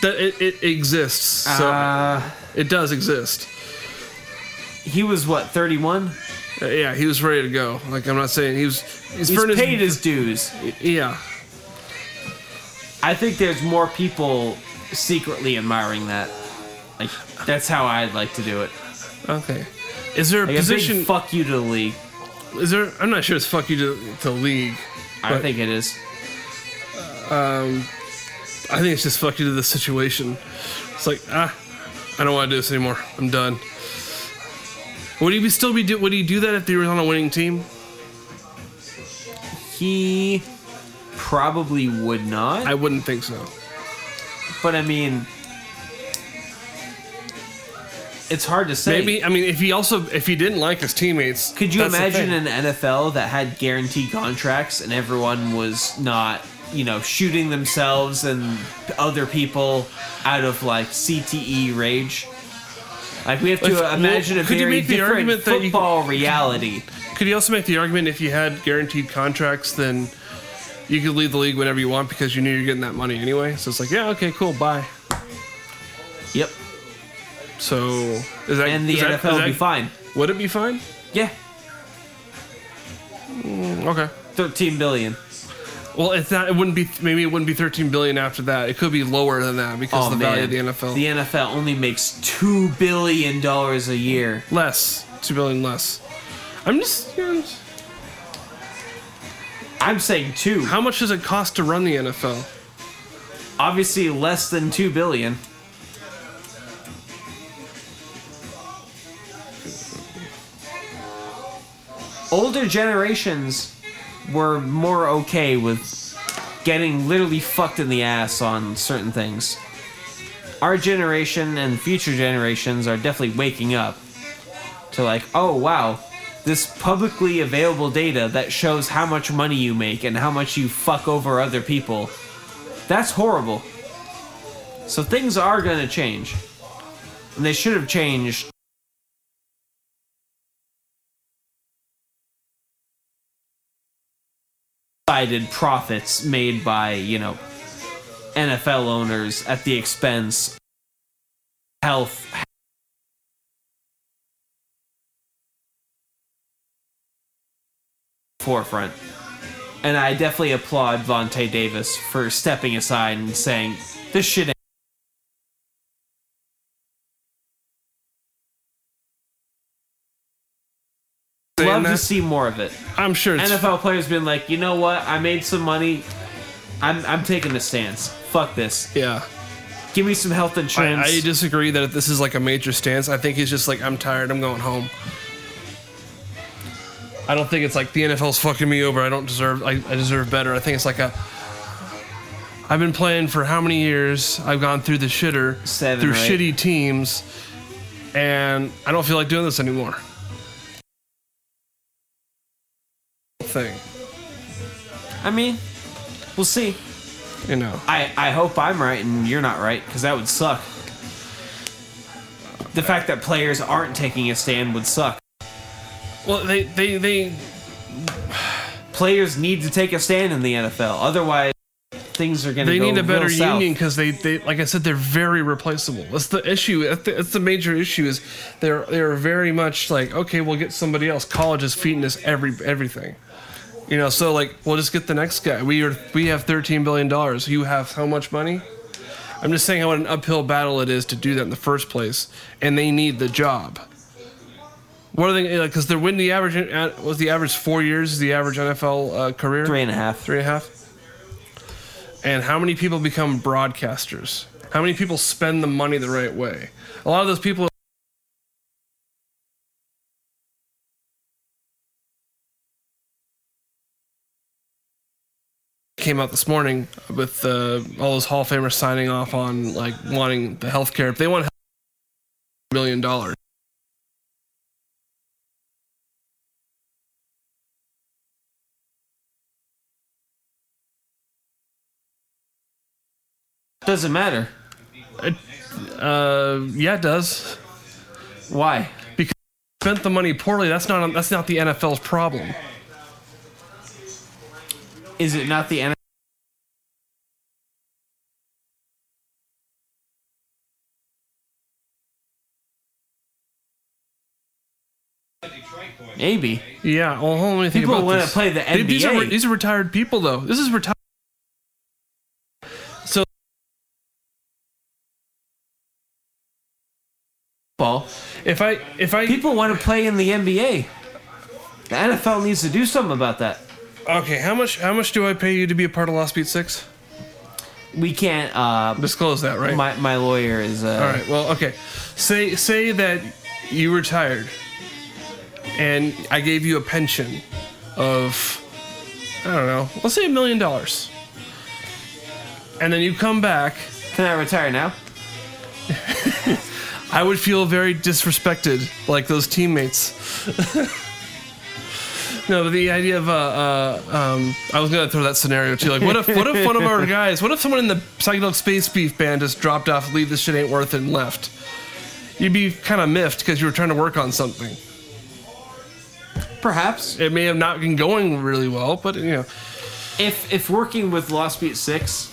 S3: That it, it exists. So
S1: Uh,
S3: it does exist.
S1: he was what 31.
S3: Uh, yeah, he was ready to go. Like I'm not saying he was he's,
S1: He's
S3: for his-
S1: paid his dues.
S3: yeah.
S1: I think there's more people secretly admiring that. Like that's how I'd like to do it.
S3: Okay. Is there a
S1: Like a
S3: position
S1: big fuck you to the league.
S3: is there I'm not sure it's fuck you to to league.
S1: I
S3: But-
S1: think it is.
S3: I think it's just fuck you to the situation. It's like ah, I don't want to do this anymore. I'm done. Would he be still be do, Would he do that if he was on a winning team?
S1: He probably would not.
S3: I wouldn't think so.
S1: But I mean, it's hard to say.
S3: Maybe I mean if he also if he didn't like his teammates.
S1: Could you
S3: that's the
S1: imagine
S3: thing.
S1: an NFL that had guaranteed contracts and everyone was not, you know, shooting themselves and other people out of like CTE rage? Like we have to
S3: If- well,
S1: imagine a
S3: could you
S1: very
S3: make the
S1: different
S3: argument that you-
S1: football reality.
S3: Could you also make the argument if you had guaranteed contracts, then you could leave the league whenever you want because you knew you're getting that money anyway. So it's like yeah, okay, cool, bye.
S1: Yep,
S3: So is that
S1: and the
S3: is that-
S1: NFL would be
S3: is that-
S1: fine.
S3: Would it be fine?
S1: Yeah,
S3: Okay.
S1: thirteen billion.
S3: Well, it's not. It wouldn't be. Maybe it wouldn't be 13 billion after that. It could be lower than that
S1: Oh
S3: because of the
S1: man,
S3: value of the NFL.
S1: The NFL only makes two billion dollars a year.
S3: less, two billion less. I'm just. You know,
S1: I'm saying two.
S3: how much does it cost to run the NFL?
S1: Obviously, less than two billion. Older generations were more okay with getting literally fucked in the ass on certain things. Our generation and future generations are definitely waking up to like, oh wow, this publicly available data that shows how much money you make and how much you fuck over other people. That's horrible. So things are going to change. And they should have changed. Cited profits made by, you know, NFL owners at the expense of health. Forefront. And I definitely applaud Vontae Davis for stepping aside and saying, this shit ain't.
S3: Saying
S1: Love to
S3: that,
S1: see more of it.
S3: I'm sure it's.
S1: NFL players been like, you know what? I made some money. I'm, I'm taking a stance. Fuck this.
S3: yeah.
S1: Give me some health insurance.
S3: I, I disagree that this is like a major stance. I think he's just like, I'm tired. I'm going home. I don't think it's like the NFL's fucking me over. I don't deserve. I, I deserve better. I think it's like a. I've been playing for how many years? I've gone through the shitter,
S1: Seven
S3: through
S1: or eight.
S3: shitty teams, and I don't feel like doing this anymore. Thing,
S1: I mean, we'll see.
S3: you know.
S1: I, I hope I'm right and you're not right because that would suck. The fact that players aren't taking a stand would suck.
S3: Well, they they they
S1: Players need to take a stand in the NFL, otherwise things are going to
S3: They
S1: go
S3: need a
S1: real
S3: better
S1: south.
S3: union because they, they, like I said, they're very replaceable. That's the issue. That's the, that's the major issue is they're they're very much like okay, we'll get somebody else. College is feeding us every everything, you know. So like, we'll just get the next guy. We are we have thirteen billion dollars. You have how much money? I'm just saying what an uphill battle it is to do that in the first place, and they need the job. What are they? Because they're winning the average uh, was the average four years is the average NFL uh, career
S1: Three and a half.
S3: three and a half. And how many people become broadcasters? How many people spend the money the right way? A lot of those people. Came out this morning with uh, all those Hall of Famers signing off on like wanting the health care. If they want health million dollars,
S1: Doesn't matter.
S3: uh, yeah, it does.
S1: Why?
S3: spent the money poorly, that's not that's not the NFL's problem.
S1: Is it not the NFL? Maybe.
S3: Yeah, well, hold on, let me think
S1: People
S3: about
S1: wanna
S3: this.
S1: play the
S3: Dude, These are,
S1: NBA.
S3: these are retired people, though. This is retired. So
S1: Ball.
S3: if I if I
S1: People want to play in the NBA. The NFL needs to do something about that.
S3: okay, how much how much do I pay you to be a part of Lost Beat Six?
S1: We can't. Uh,
S3: Disclose that, right?
S1: my my lawyer is. Uh,
S3: All right. Well, okay. Say say that you retired, and I gave you a pension of I don't know. Let's say a million dollars, and then you come back.
S1: Can I retire now?
S3: I would feel very disrespected, like those teammates. no, but the idea of uh, uh, um, I was gonna throw that scenario too. Like, what if what if one of our guys, what if someone in the psychedelic space beef band just dropped off, leave this shit ain't worth it, and left? You'd be kind of miffed because you were trying to work on something.
S1: Perhaps.
S3: It may have not been going really well, but you know,
S1: If if working with Lost Beat Six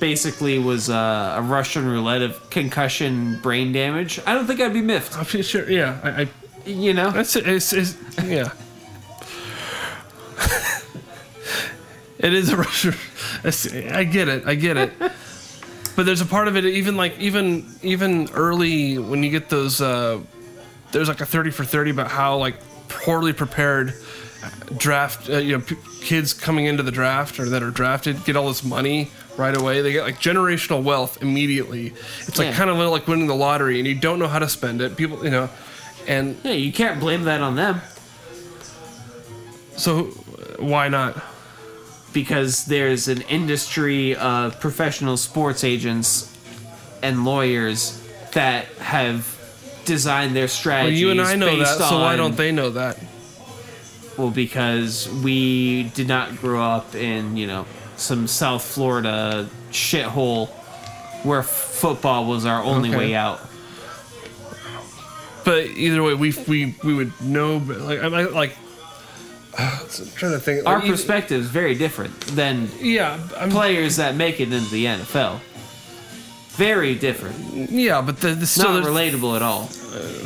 S1: basically was uh, a Russian roulette of concussion, brain damage, I don't think I'd be miffed.
S3: I'm pretty sure. Yeah, I, I
S1: You know.
S3: That's it. It's, it's, yeah. it is a Russian. it's- I get it. I get it. But there's a part of it, even like even even early when you get those. Uh, there's like a thirty for thirty about how like poorly prepared draft uh, you know p- kids coming into the draft or that are drafted get all this money right away they get like generational wealth immediately it's like
S1: Yeah.
S3: kind of like winning the lottery and you don't know how to spend it people you know and
S1: Yeah, you can't blame that on them
S3: So uh, why not?
S1: because there's an industry of professional sports agents and lawyers that have designed their
S3: Well,
S1: strategies.
S3: you and I know
S1: based
S3: that, so why
S1: on-
S3: don't they know that?
S1: Well, because we did not grow up in, you know, some South Florida shithole where football was our only
S3: Okay.
S1: way out.
S3: But either way, we we we would know. But like I, I like. I'm trying to think.
S1: Our
S3: Like, even-
S1: perspective is very different than
S3: Yeah, I'm,
S1: players that make it into the NFL. Very different.
S3: yeah, but the, the still
S1: Not
S3: there's-
S1: relatable at all.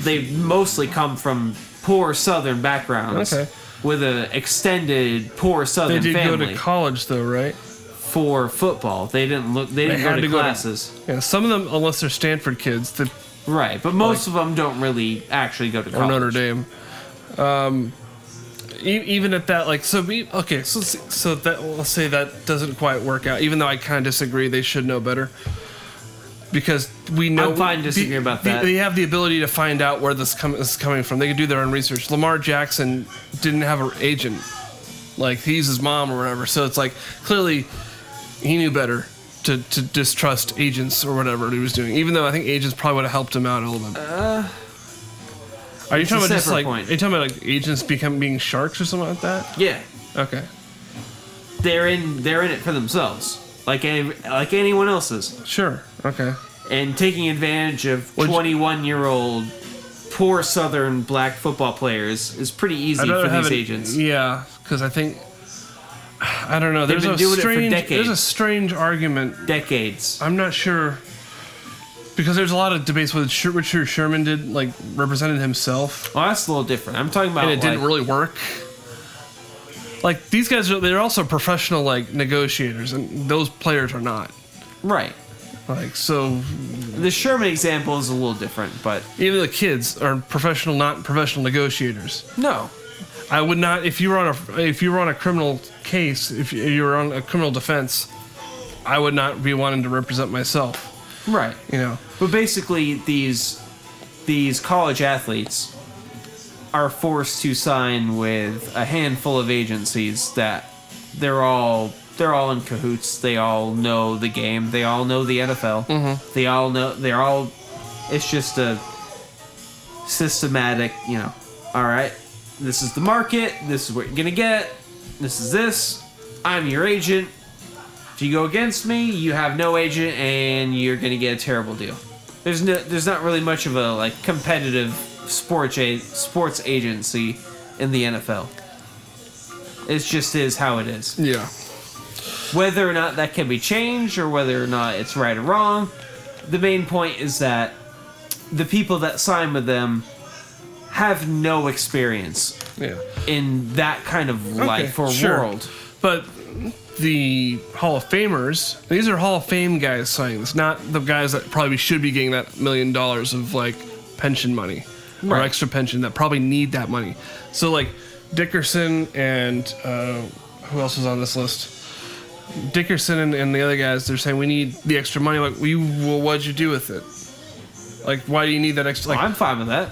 S1: They mostly come from poor Southern backgrounds
S3: Okay.
S1: with an extended poor
S3: They
S1: Southern
S3: did go
S1: family
S3: to college though, right?
S1: for football. They didn't look. They didn't
S3: They
S1: go
S3: had
S1: to
S3: to go to-
S1: classes.
S3: Yeah, some of them, unless they're Stanford kids, the
S1: Right, but most of them don't really actually go to
S3: or
S1: college.
S3: Notre Dame. Um, e- even at that, like, so we okay. So let's- so that let's say that doesn't quite work out. Even though I kind of disagree, they should know better because we know.
S1: I'm fine disagreeing about
S3: they-
S1: that.
S3: They have the ability to find out where this, com- this is coming from. They can do their own research. Lamar Jackson didn't have an agent, like he's his mom or whatever. So it's like clearly he knew better. To, to distrust agents or whatever he was doing, even though I think agents probably would have helped him out a little bit. Are you
S1: Uh, a
S3: talking about just
S1: separate
S3: like
S1: point.
S3: are you talking about like agents become being sharks or something like that?
S1: Yeah,
S3: Okay.
S1: they're in. They're in it for themselves, like any, like anyone else's,
S3: Sure. Okay.
S1: and taking advantage of
S3: Would you-
S1: twenty-one-year-old poor Southern black football players is pretty easy for these
S3: an-
S1: agents.
S3: Yeah, because I think I don't know. There's
S1: been
S3: a
S1: doing it for
S3: strange there's a
S1: decades.
S3: strange argument.
S1: Decades.
S3: I'm not sure because there's a lot of debates whether Sher- Richard Sherman did like represented himself
S1: Well, that's a little different. I'm talking about.
S3: and it didn't
S1: like-
S3: really work. Like these guys are they're also professional like negotiators and those players are not.
S1: Right.
S3: Like so
S1: The Sherman example is a little different, but
S3: even the kids are professional not professional negotiators.
S1: no.
S3: I would not if you were on a if you were on a criminal case if you- you were on a criminal defense, I would not be wanting to represent myself.
S1: Right.
S3: You know,
S1: But basically, these these college athletes are forced to sign with a handful of agencies that they're all they're all in cahoots. They all know the game. They all know the NFL. They all know. They're all. It's just a systematic. You know. All right. This is the market. This is what you're gonna get. This is this. I'm your agent. If you go against me, you have no agent, and you're gonna get a terrible deal. There's no, there's not really much of a like competitive sports a- sports agency in the NFL. It just is how it is.
S3: Yeah.
S1: Whether or not that can be changed, or whether or not it's right or wrong, the main point is that the people that sign with them have no experience
S3: Yeah.
S1: in that kind of life or
S3: sure.
S1: world.
S3: But the Hall of Famers, these are Hall of Fame guys signing this, not the guys that probably should be getting that million dollars of like pension money or
S1: Right.
S3: extra pension that probably need that money. So like Dickerson and uh, who else is on this list? Dickerson and, and the other guys, they're saying we need the extra money. Like, we well, what'd you do with it? Like, why do you need that extra? Like,
S1: I'm fine with that.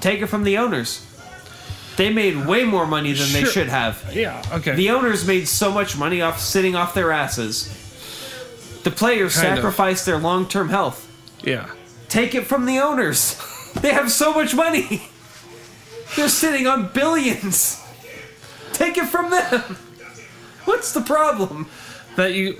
S1: Take it from the owners. They made way more money than they
S3: Sure.
S1: should have.
S3: yeah, okay.
S1: The owners made so much money off sitting off their asses. The players
S3: Kind of.
S1: sacrificed their long term health.
S3: yeah,
S1: Take it from the owners. They have so much money. They're sitting on billions. Take it from them. What's the problem?
S3: that you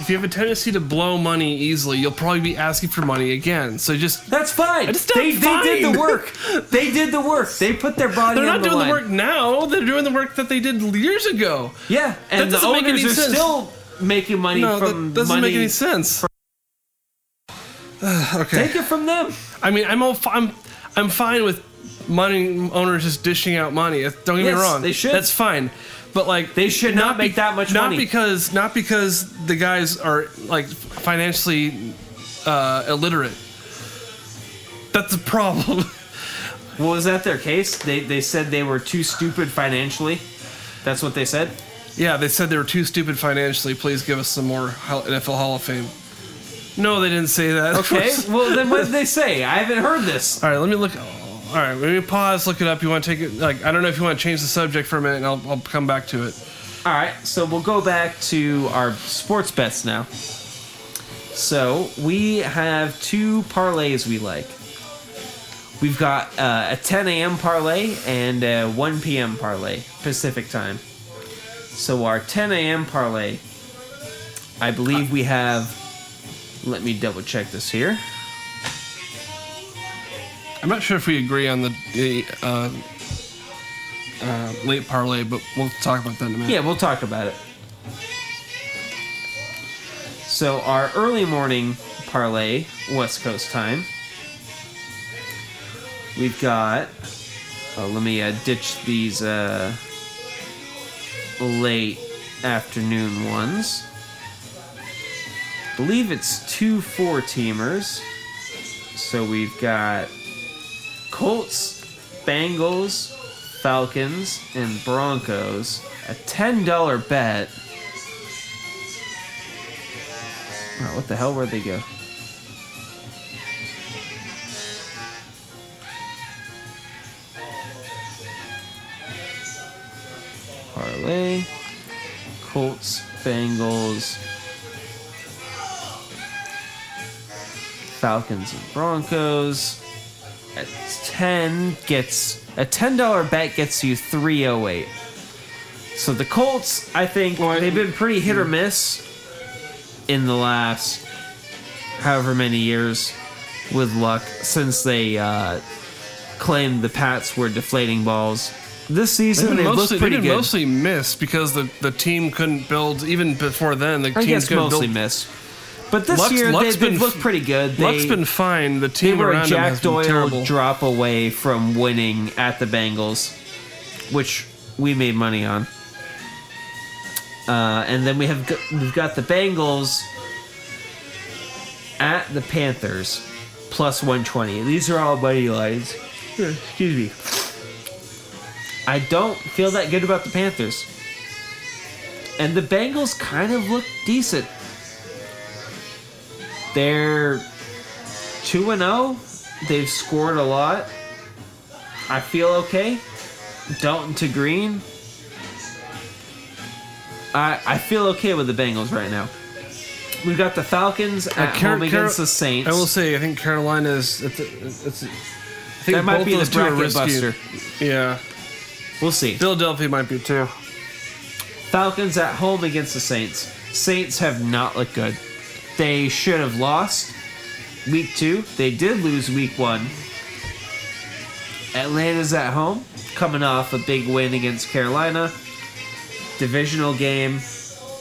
S3: if you have a tendency to blow money easily, you'll probably be asking for money again. So just
S1: That's fine.
S3: It's not
S1: they, they did
S3: fine.
S1: the work. They did the work. They put their body.
S3: they're
S1: on
S3: not
S1: the
S3: doing
S1: line.
S3: the work now. They're doing the work that they did years ago.
S1: Yeah, and the
S3: doesn't make
S1: owners
S3: any
S1: are
S3: sense.
S1: still making money
S3: No,
S1: from
S3: that doesn't
S1: money.
S3: make any sense. okay.
S1: Take it from them.
S3: I mean, I'm all fi- I'm I'm fine with money owners just dishing out money. Don't get
S1: Yes,
S3: me wrong.
S1: they should.
S3: That's fine. But like
S1: They should not make that much
S3: not
S1: money.
S3: because not because the guys are like financially uh, illiterate. That's a problem.
S1: Well, was that their case? They they said they were too stupid financially. That's what they said.
S3: Yeah, they said they were too stupid financially. Please give us some more Hall- NFL Hall of Fame. No, they didn't say that.
S1: Okay. well, then what did they say? I haven't heard this.
S3: All right, let me look. All right, let me pause, look it up. You want to take it? Like, I don't know if you want to change the subject for a minute, and I'll, I'll come back to it.
S1: All right, so we'll go back to our sports bets now. So we have two parlays we like. We've got uh, a 10 a.m. parlay and a 1 p.m. parlay Pacific time. So our 10 a.m. parlay, I believe we have. Let me double check this here.
S3: I'm not sure if we agree on the, the uh, uh, late parlay, but we'll talk about that in a minute.
S1: Yeah, we'll talk about it. So our early morning parlay, West Coast time. We've got. Oh, let me uh, ditch these uh, late afternoon ones. Believe it's two four teamers. So we've got Colts, Bengals, Falcons, and Broncos. A $10 bet. Oh, what the hell? Where'd they go? Parlay. Colts, Bengals, Falcons, and Broncos. A ten gets a ten dollar bet gets you three oh eight. So the Colts, I think
S3: Well, I- Hmm.
S1: they've been pretty hit or miss in the last however many years with luck since they uh, claimed the Pats were deflating balls. This
S3: They
S1: season they, looked
S3: mostly,
S1: pretty
S3: they
S1: good.
S3: mostly miss because the, the team couldn't build even before then. The
S1: I
S3: team
S1: guess
S3: couldn't
S1: mostly
S3: build.
S1: miss. But this
S3: Luck's-
S1: year
S3: Luck's
S1: they, they've
S3: been-
S1: looked pretty good. They,
S3: Luck's been fine. The
S1: they
S3: team
S1: were a
S3: around him has
S1: Jack
S3: been
S1: Doyle
S3: terrible.
S1: drop away from winning at the Bengals, which we made money on. Uh, and then we have g- we've got the Bengals at the Panthers, plus one twenty. These are all money lines. Excuse me. I don't feel that good about the Panthers. And the Bengals kind of look decent. They're 2 and 0. They've scored a lot. I feel okay. Dalton to Green. I I feel okay with the Bengals right now. We've got the Falcons at
S3: Uh, Car-
S1: home
S3: Car-
S1: against the Saints.
S3: I will say, I think Carolina is. It's, it's, I think
S1: that might
S3: both
S1: be the
S3: those two are
S1: bracket
S3: risky.
S1: buster.
S3: Yeah,
S1: We'll see.
S3: Philadelphia might be too.
S1: Falcons at home against the Saints. Saints have not looked good. They should have lost week two. They did lose week one. Atlanta's at home, coming off a big win against Carolina. Divisional game,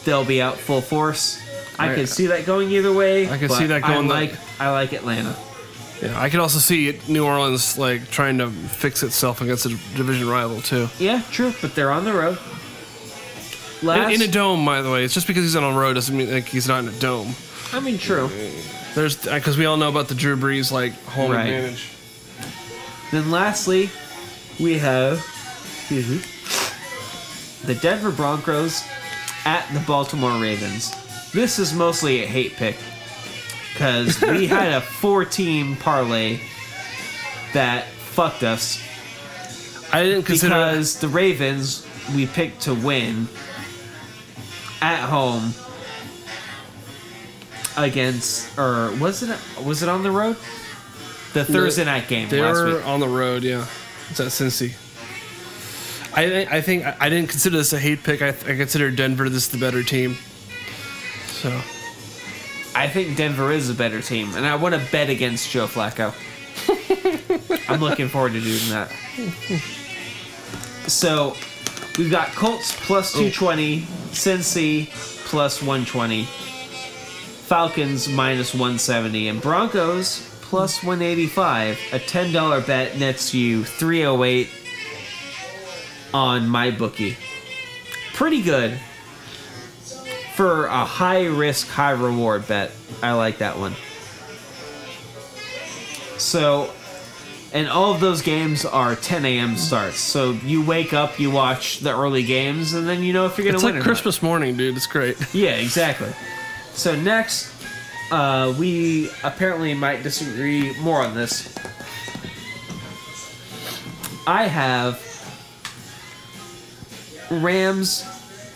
S1: they'll be out full force. I
S3: I-
S1: can see that going either way.
S3: I can
S1: but
S3: see that going
S1: I
S3: the-
S1: like I like Atlanta.
S3: Yeah, I could also see it, New Orleans like trying to fix itself against a division rival too.
S1: Yeah, true, but they're on the road.
S3: In,
S1: Last,
S3: in a dome, by the way, it's just because he's on a road doesn't mean like he's not in a dome.
S1: I mean, true.
S3: There's because we all know about the Drew Brees like home
S1: Right.
S3: advantage.
S1: Then lastly, we have excuse me, the Denver Broncos at the Baltimore Ravens. This is mostly a hate pick because we had a four-team parlay that fucked us
S3: I didn't consider.
S1: because the Ravens we picked to win at home against or was it was it on the road? The Thursday night game
S3: They
S1: last
S3: were
S1: week.
S3: on the road, yeah. It's at Cincy. I thi- I think I didn't consider this a hate pick. I, I considered Denver this the better team. So
S1: I think Denver is a better team, and I want to bet against Joe Flacco. I'm looking forward to doing that. So we've got Colts plus 220, Cincy plus 120, Falcons minus 170, and Broncos plus 185. A $10 bet nets you 308 on my bookie. Pretty good for a high risk, high reward bet. I like that one. So, and all of those games are 10 a.m. starts. So you wake up, you watch the early games, and then you know if you're going
S3: it's
S1: to win.
S3: like
S1: or not.
S3: Christmas morning, dude. It's great.
S1: Yeah, exactly. So next, uh, we apparently might disagree more on this. I have Rams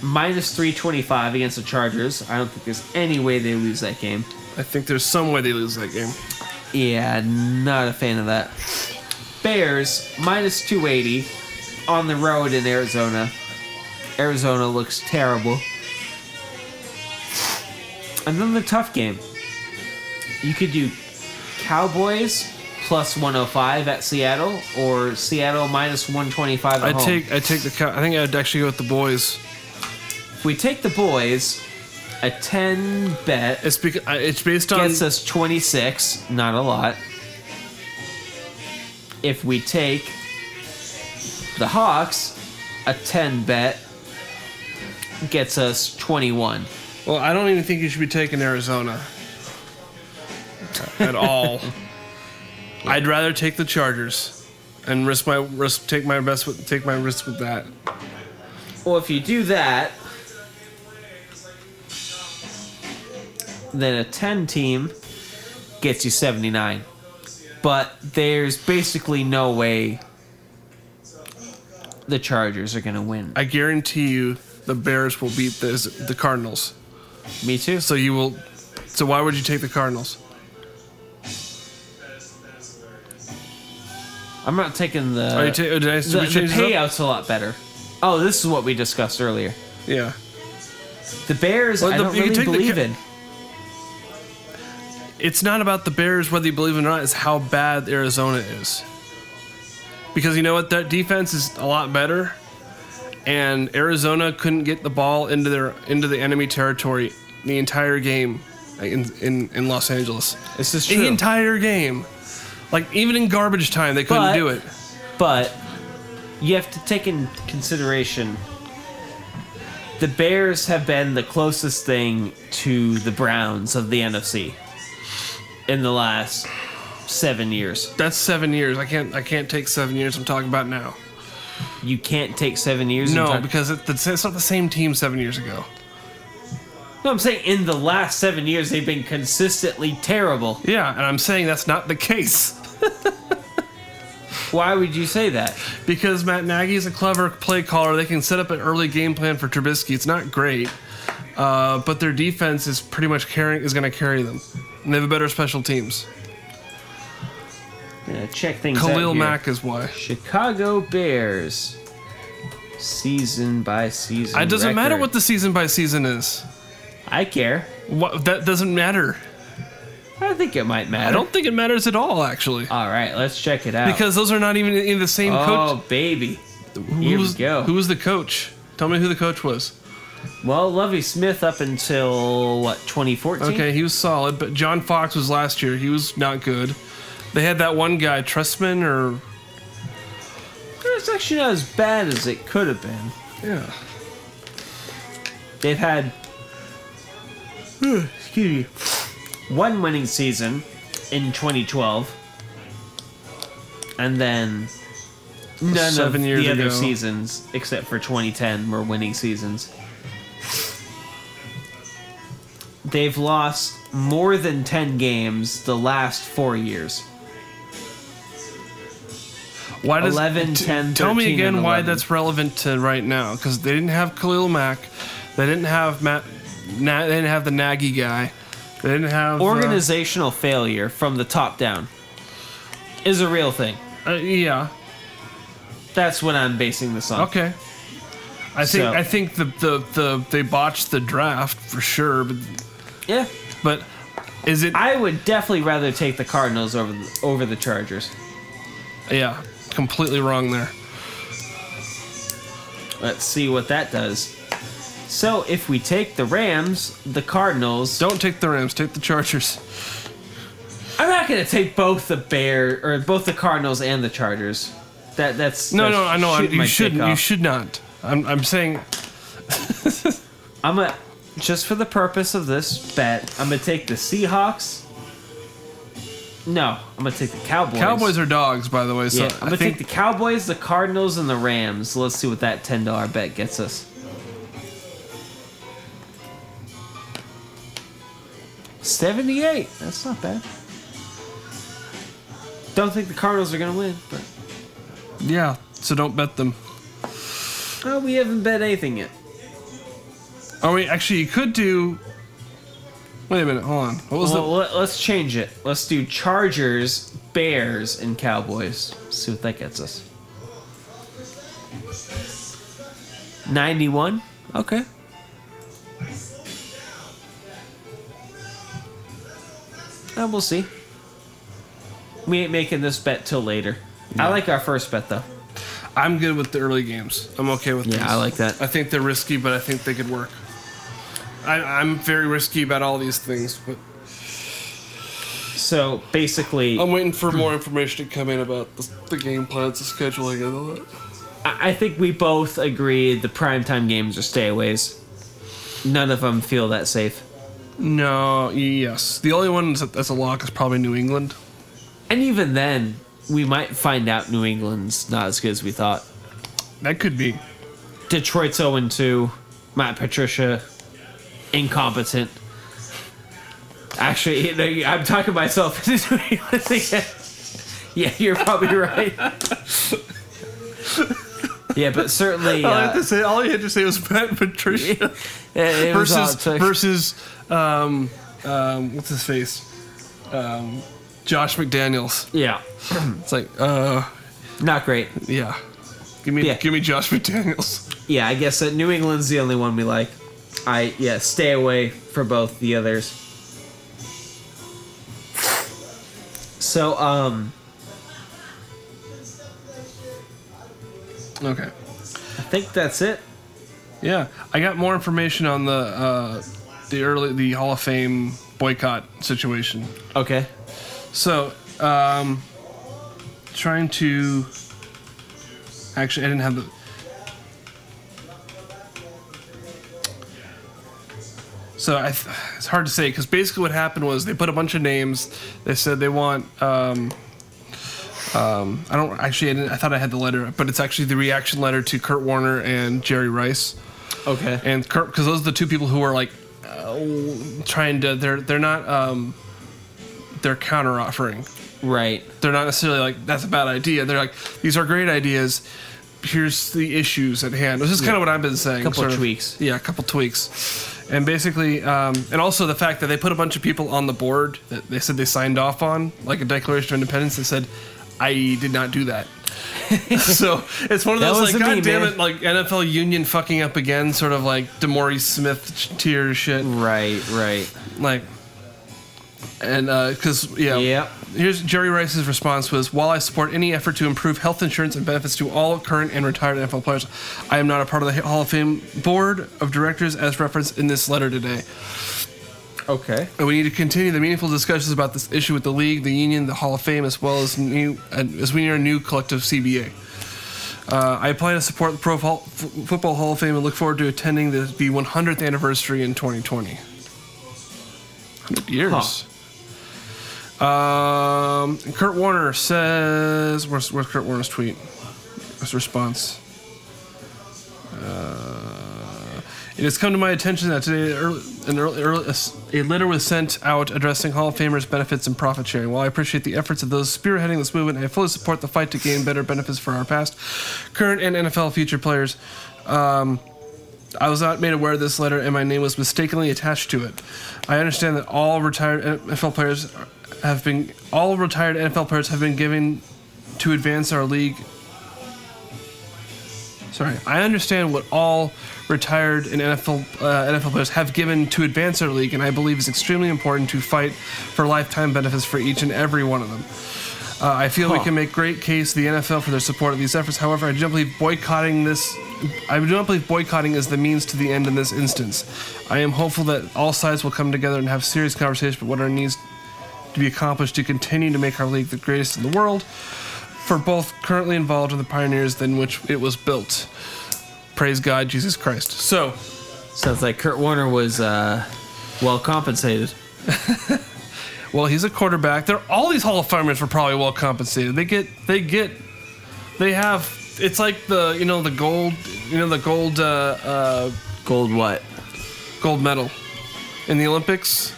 S1: minus 325 against the Chargers. I don't think there's any way they lose that game.
S3: I think there's some way they lose that game.
S1: Yeah, not a fan of that. Bears minus 280 on the road in Arizona. Arizona looks terrible. And then the tough game. You could do Cowboys plus 105 at Seattle or Seattle minus 125 at
S3: I
S1: home.
S3: take I take the cow. I think I'd actually go with the boys.
S1: if we take the boys, a 10 bet
S3: It's because it's based on
S1: gets us 26, not a lot. If we take the Hawks, a 10 bet gets us 21.
S3: Well, I don't even think you should be taking Arizona at all. I'd rather take the Chargers and risk my risk take my best with, take my risk with that.
S1: Well, if you do that, then a 10 team gets you 79. But there's basically no way the Chargers are going to win.
S3: I guarantee you the Bears will beat the the Cardinals.
S1: Me too.
S3: So you will so why would you take the Cardinals?
S1: I'm not taking the.
S3: Are you ta- did I, did
S1: Uh, the,
S3: we
S1: the
S3: change this up?
S1: payout's a lot better. Oh, this is what we discussed earlier.
S3: Yeah.
S1: The Bears,
S3: Well,
S1: I
S3: the-
S1: don't
S3: you can
S1: really
S3: take the
S1: believe
S3: ca-
S1: in.
S3: It's not about the Bears whether you believe it or not, it's how bad Arizona is. Because you know what? That defense is a lot better. And Arizona couldn't get the ball into their into the enemy territory the entire game in in, in Los Angeles.
S1: This is
S3: The
S1: true.
S3: entire game. Like even in garbage time they couldn't
S1: But-
S3: do it.
S1: but you have to take in consideration the Bears have been the closest thing to the Browns of the NFC in the last seven years.
S3: That's 7 years. I can't I can't take 7 years I'm talking about now.
S1: You can't take seven years. and
S3: No,
S1: talk-
S3: because it, it's not the same team 7 years ago.
S1: no, I'm saying in the last seven years they've been consistently terrible.
S3: Yeah, and I'm saying that's not the case.
S1: Why would you say that?
S3: because Matt Nagy is a clever play caller. They can set up an early game plan for Trubisky. It's not great, uh, but their defense is pretty much carrying is going to carry them, and they have a better special teams.
S1: I'm gonna check things out.
S3: Khalil
S1: here.
S3: Mack is why.
S1: Chicago Bears. Season by season.
S3: It doesn't matter
S1: record.
S3: what the season by season is.
S1: I care.
S3: What, that doesn't matter.
S1: I think it might matter.
S3: I don't think it matters at all, actually,
S1: All right, let's check it out.
S3: because those are not even in the same
S1: oh
S3: coach.
S1: baby,
S3: Who
S1: here
S3: was,
S1: we go.
S3: Who was the coach? Tell me who the coach was.
S1: well, Lovey Smith up until what 2014.
S3: Okay, he was solid, but John Fox was last year. He was not good. They had that one guy, Trustman, or
S1: it's actually not as bad as it could have been.
S3: yeah,
S1: They've had excuse me, one winning season in 2012, and then none
S3: Seven
S1: of
S3: years
S1: the
S3: ago.
S1: other seasons except for 2010 were winning seasons. They've lost more than 10 games the last four years.
S3: why does
S1: 11,
S3: t-
S1: 10,
S3: Tell me
S1: 13,
S3: again
S1: and
S3: why
S1: 11.
S3: that's relevant to right now because they didn't have Khalil Mack, they didn't have Matt, Na- they didn't have the Nagy guy, they didn't have uh,
S1: Organizational failure from the top down is a real thing.
S3: uh, yeah,
S1: That's what I'm basing this on.
S3: okay. I think
S1: So-
S3: I think the, the the they botched the draft for sure, but
S1: Yeah.
S3: but is it
S1: I would definitely rather take the Cardinals over the, over the Chargers.
S3: yeah completely wrong there.
S1: Let's see what that does. So if we take the Rams, the Cardinals.
S3: Don't take the Rams, take the Chargers.
S1: I'm not gonna take both the Bear or both the Cardinals and the Chargers. That that's
S3: No,
S1: that's
S3: no, I know. I,
S1: shooting my
S3: you
S1: dick
S3: shouldn't. You
S1: off.
S3: should not. I'm, I'm saying
S1: I'm gonna just for the purpose of this bet. I'm gonna take the Seahawks. No, I'm gonna take the Cowboys.
S3: Cowboys are dogs, by the way. So
S1: Yeah, I'm
S3: I
S1: gonna
S3: think
S1: take the Cowboys, the Cardinals, and the Rams. Let's see what that ten dollar bet gets us. Seventy-eight. That's not bad. Don't think the Cardinals are gonna win, but
S3: yeah. So don't bet them.
S1: oh, we haven't bet anything yet.
S3: Oh wait, actually, you could do. Wait a minute. Hold on. What was
S1: Well, let, us change it. Let's do Chargers, Bears, and Cowboys. See what that gets us. Ninety-one.
S3: the? Okay.
S1: Uh, we'll see. We ain't making this bet till later. I like our first bet though.
S3: I'm good with the early games. I'm okay with.
S1: Yeah,
S3: these.
S1: I like that.
S3: I think they're risky, but I think they could work. I, I'm very risky about all these things, but
S1: So basically,
S3: I'm waiting for more information to come in about the, the game plans, the scheduling, and all that.
S1: I I think we both agree the primetime games are stayaways. None of them feel that safe.
S3: No, yes. The only one that's that's a lock is probably New England.
S1: And even then, we might find out New England's not as good as we thought.
S3: That could be.
S1: Detroit's 0 2. Matt Patricia, incompetent. Actually, you know, I'm talking myself into New England again. Yeah, you're probably right. yeah, but certainly.
S3: all, I had
S1: Uh,
S3: to say, all you had to say was Matt Patricia
S1: it- it was uh, all
S3: versus
S1: it took.
S3: versus um, um, what's his face, um, Josh McDaniels.
S1: yeah,
S3: It's like, uh,
S1: not great.
S3: yeah, give me
S1: Yeah.
S3: give me Josh McDaniels.
S1: Yeah, I guess that New England's the only one we like. I yeah, stay away for both the others. So um,
S3: Okay,
S1: I think that's it.
S3: yeah, I got more information on the uh, the early the Hall of Fame boycott situation.
S1: Okay.
S3: So, um, trying to. Actually, I didn't have the. So I th- it's hard to say because basically what happened was they put a bunch of names. They said they want. Um, um, I don't actually. I, didn't, I thought I had the letter, but it's actually the reaction letter to Kurt Warner and Jerry Rice
S1: Okay.
S3: and Kurt because those are the two people who are like uh, trying to. They're they're not. Um, they're counter offering
S1: Right.
S3: they're not necessarily like that's a bad idea. They're like these are great ideas. Here's the issues at hand. This is kind of what I've been saying.
S1: Couple
S3: sort of.
S1: tweaks.
S3: Yeah, a couple tweaks, and basically, um, and also the fact that they put a bunch of people on the board that they said they signed off on, like a Declaration of Independence, that said, "I did not do that." so it's one of
S1: That
S3: those like,
S1: wasn't
S3: God
S1: me,
S3: damn
S1: man."
S3: it, like NFL union fucking up again, sort of like Demory Smith tier shit.
S1: Right, right.
S3: Like, And because yeah,
S1: Yep.
S3: Here's Jerry Rice's response was, "While I support any effort to improve health insurance and benefits to all current and retired NFL players, I am not a part of the Hall of Fame board of directors as referenced in this letter today.
S1: Okay.
S3: And we need to continue the meaningful discussions about this issue with the league, the union, the Hall of Fame, as well as new uh, as we near a new collective CBA." Uh, I plan to support the Pro Fo- F- Football Hall of Fame and look forward to attending the, the 100th anniversary in 2020. 100 years. Um, Kurt Warner says, where's, where's Kurt Warner's tweet? His response. Uh, It has come to my attention that today early, an early, early, a s- a letter was sent out addressing Hall of Famers' benefits and profit sharing. While I appreciate the efforts of those spearheading this movement, I fully support the fight to gain better benefits for our past, current, and NFL future players. Um, I was not made aware of this letter, and my name was mistakenly attached to it. I understand that all retired NFL players have been all retired NFL players have been given to advance our league. Sorry, I understand what all retired and NFL uh, NFL players have given to advance our league, and I believe is extremely important to fight for lifetime benefits for each and every one of them. Uh, I feel we
S1: Huh.
S3: can make great case to the NFL for their support of these efforts. However, I do not believe boycotting this. I do not believe boycotting is the means to the end in this instance. I am hopeful that all sides will come together and have serious conversations about what our needs to be accomplished to continue to make our league the greatest in the world for both currently involved and the pioneers in which it was built. Praise God, Jesus Christ. So,
S1: Sounds like Kurt Warner was uh, well compensated.
S3: well, he's a quarterback. They're all these Hall of Famers were probably well compensated. They get, they get, they have. It's like the you know the gold, you know the gold, uh, uh,
S1: Gold what?
S3: gold medal in the Olympics.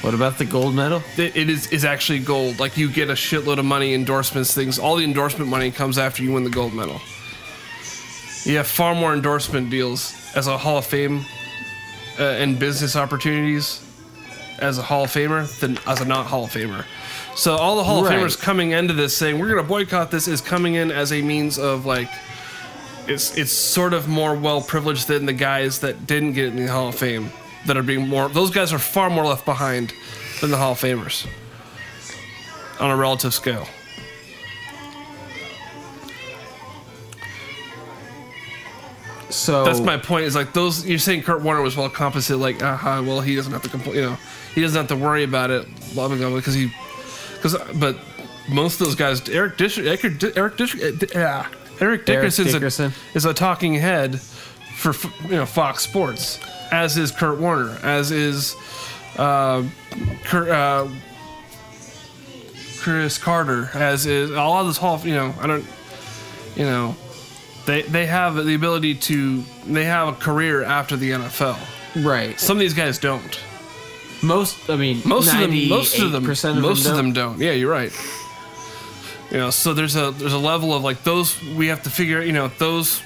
S1: What about the gold medal?
S3: It, it is is actually gold. Like you get a shitload of money, endorsements, things. All the endorsement money comes after you win the gold medal. You have far more endorsement deals as a Hall of Fame uh, and business opportunities as a Hall of Famer than as a not Hall of Famer. So all the Hall
S1: Right.
S3: of Famers coming into this saying we're going to boycott this is coming in as a means of like it's it's sort of more well privileged than the guys that didn't get in the Hall of Fame that are being more those guys are far more left behind than the Hall of Famers on a relative scale.
S1: So
S3: That's my point. Is like those you're saying Kurt Warner was well compensated. Like, aha, well he doesn't have to complain. You know, he doesn't have to worry about it. Blah blah blah. Because he, because but most of those guys, Eric Dish, Eric, Di- Eric Dish, uh, Di- yeah, Eric Dickerson's a-
S1: Dickerson.
S3: is a talking head for f- you know Fox Sports, as is Kurt Warner, as is uh, Kurt. Uh, Chris Carter, as is all of this Hall, of- you know, I don't, you know, they they have the ability to they have a career after the NFL.
S1: right.
S3: Some of these guys don't.
S1: Most, I mean,
S3: Most of them, most of them,
S1: 98% of them,
S3: most of
S1: don't.
S3: them don't. Yeah, you're right. You know, so there's a there's a level of like those we have to figure. You know, those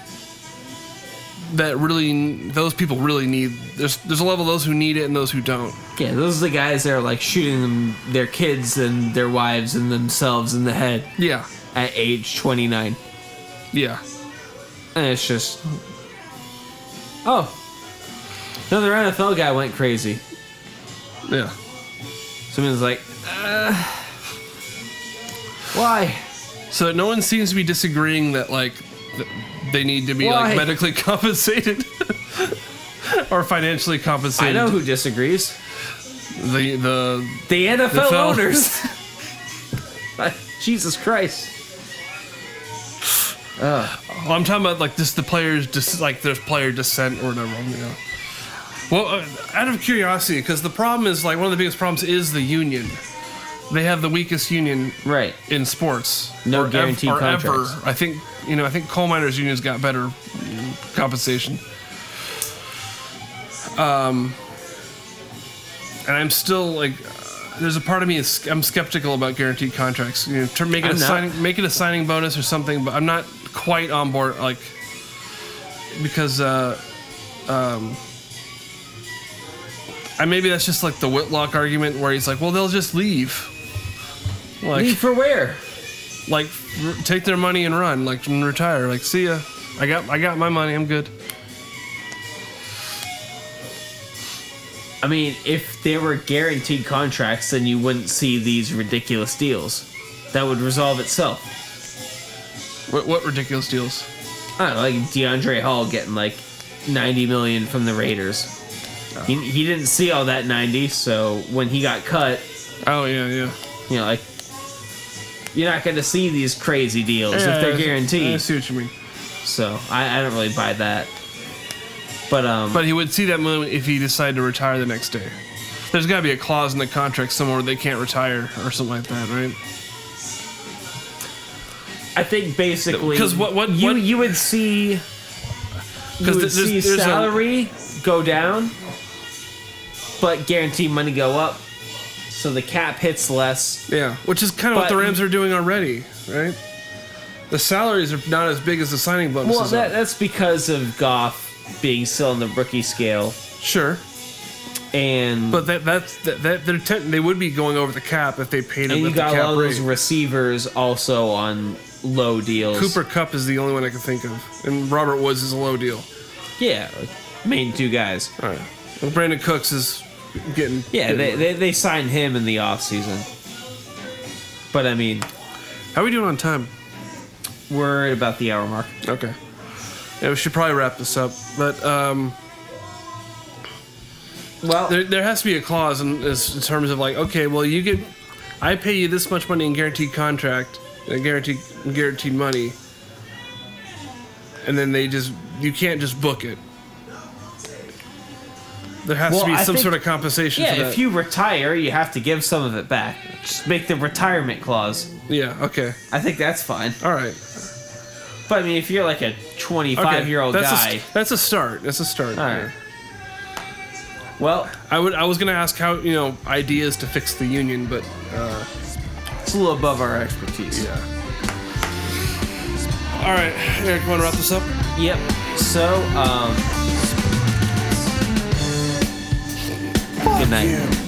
S3: that really those people really need. There's there's a level of those who need it and those who don't.
S1: Yeah, those are the guys that are like shooting them, their kids and their wives and themselves in the head
S3: Yeah,
S1: at age 29.
S3: yeah.
S1: And it's just. Oh. Another NFL guy went crazy.
S3: Yeah.
S1: Someone's like, uh, why?
S3: So no one seems to be disagreeing that like th- they need to be
S1: Why?
S3: like medically compensated or financially
S1: I
S3: compensated.
S1: know who disagrees.
S3: the the
S1: The NFL,
S3: NFL.
S1: owners. Jesus Christ.
S3: Well, oh, I'm talking about like just the players, just like there's player dissent or whatever. You know. Well, uh, out of curiosity, because the problem is like one of the biggest problems is the union. They have the weakest union
S1: Right.
S3: in sports.
S1: No
S3: or ev-
S1: guaranteed
S3: or ever.
S1: contracts.
S3: I think you know. I think coal miners unions got better mm, compensation. Um, and I'm still like, uh, there's a part of me is I'm skeptical about guaranteed contracts. You know, to make it
S1: I'm
S3: a
S1: not.
S3: signing, make it a signing bonus or something. But I'm not quite on board like because. Uh, um, and maybe that's just like the Whitlock argument where he's like, well, they'll just leave. Like,
S1: Leave for where?
S3: like r- take their money and run like and retire like see ya i got i got my money i'm good
S1: I mean, if there were guaranteed contracts, then you wouldn't see these ridiculous deals. That would resolve itself.
S3: What, what ridiculous deals?
S1: I don't know, like DeAndre Hall getting like 90 million from the Raiders. He, he didn't see all that 90, so when he got cut,
S3: Oh yeah, yeah.
S1: you know, like you're not going to see these crazy deals if
S3: Yeah,
S1: they're
S3: I see- I
S1: guaranteed.
S3: see what you mean.
S1: So I, I don't really buy that. But um,
S3: But he would see that moment if he decided to retire the next day. There's got to be a clause in the contract somewhere where they can't retire or something like that, right?
S1: I think basically
S3: 'Cause what- what-
S1: you
S3: what-
S1: you would see you
S3: 'Cause
S1: would
S3: th- there's-
S1: see
S3: there's a-
S1: salary go down, but guaranteed money go up, so the cap hits less.
S3: Yeah, which is kind of what
S1: But-
S3: the Rams are doing already, right? The salaries are not as big as the signing bonuses.
S1: Well, that,
S3: are.
S1: that's because of Goff being still on the rookie scale,
S3: sure,
S1: and
S3: but that that's that, that they're te- they would be going over the cap if they paid him.
S1: and you
S3: at the
S1: got a
S3: cap
S1: lot of
S3: rate.
S1: those receivers also on low deals.
S3: Cooper Cup is the only one I can think of, and Robert Woods is a low deal.
S1: yeah, like, main two guys.
S3: All right, and Brandon Cooks is getting
S1: Yeah,
S3: getting-
S1: they, they they signed him in the offseason. But I mean,
S3: How are we doing on time?
S1: we're at about the hour mark.
S3: Okay. Yeah, we should probably wrap this up, but um,
S1: Well,
S3: there, there has to be a clause in, is- in terms of like, okay, well, you get, I pay you this much money in guaranteed contract, uh, guaranteed guaranteed money, and then they just, you can't just book it. There has
S1: Well,
S3: to be
S1: I
S3: some
S1: think-
S3: sort of compensation.
S1: yeah,
S3: for that.
S1: if you retire, you have to give some of it back. Just make the retirement clause.
S3: yeah, okay,
S1: I think that's fine.
S3: all right,
S1: But I mean, if you're like a 25
S3: okay.
S1: year old
S3: that's a
S1: guy,
S3: st- that's a start. That's a start.
S1: all right. Well,
S3: I would, I was gonna ask how you know ideas to fix the union, but uh,
S1: it's a little above our expertise.
S3: yeah. All right, Eric, want to wrap this up?
S1: Yep. So, um. Good night.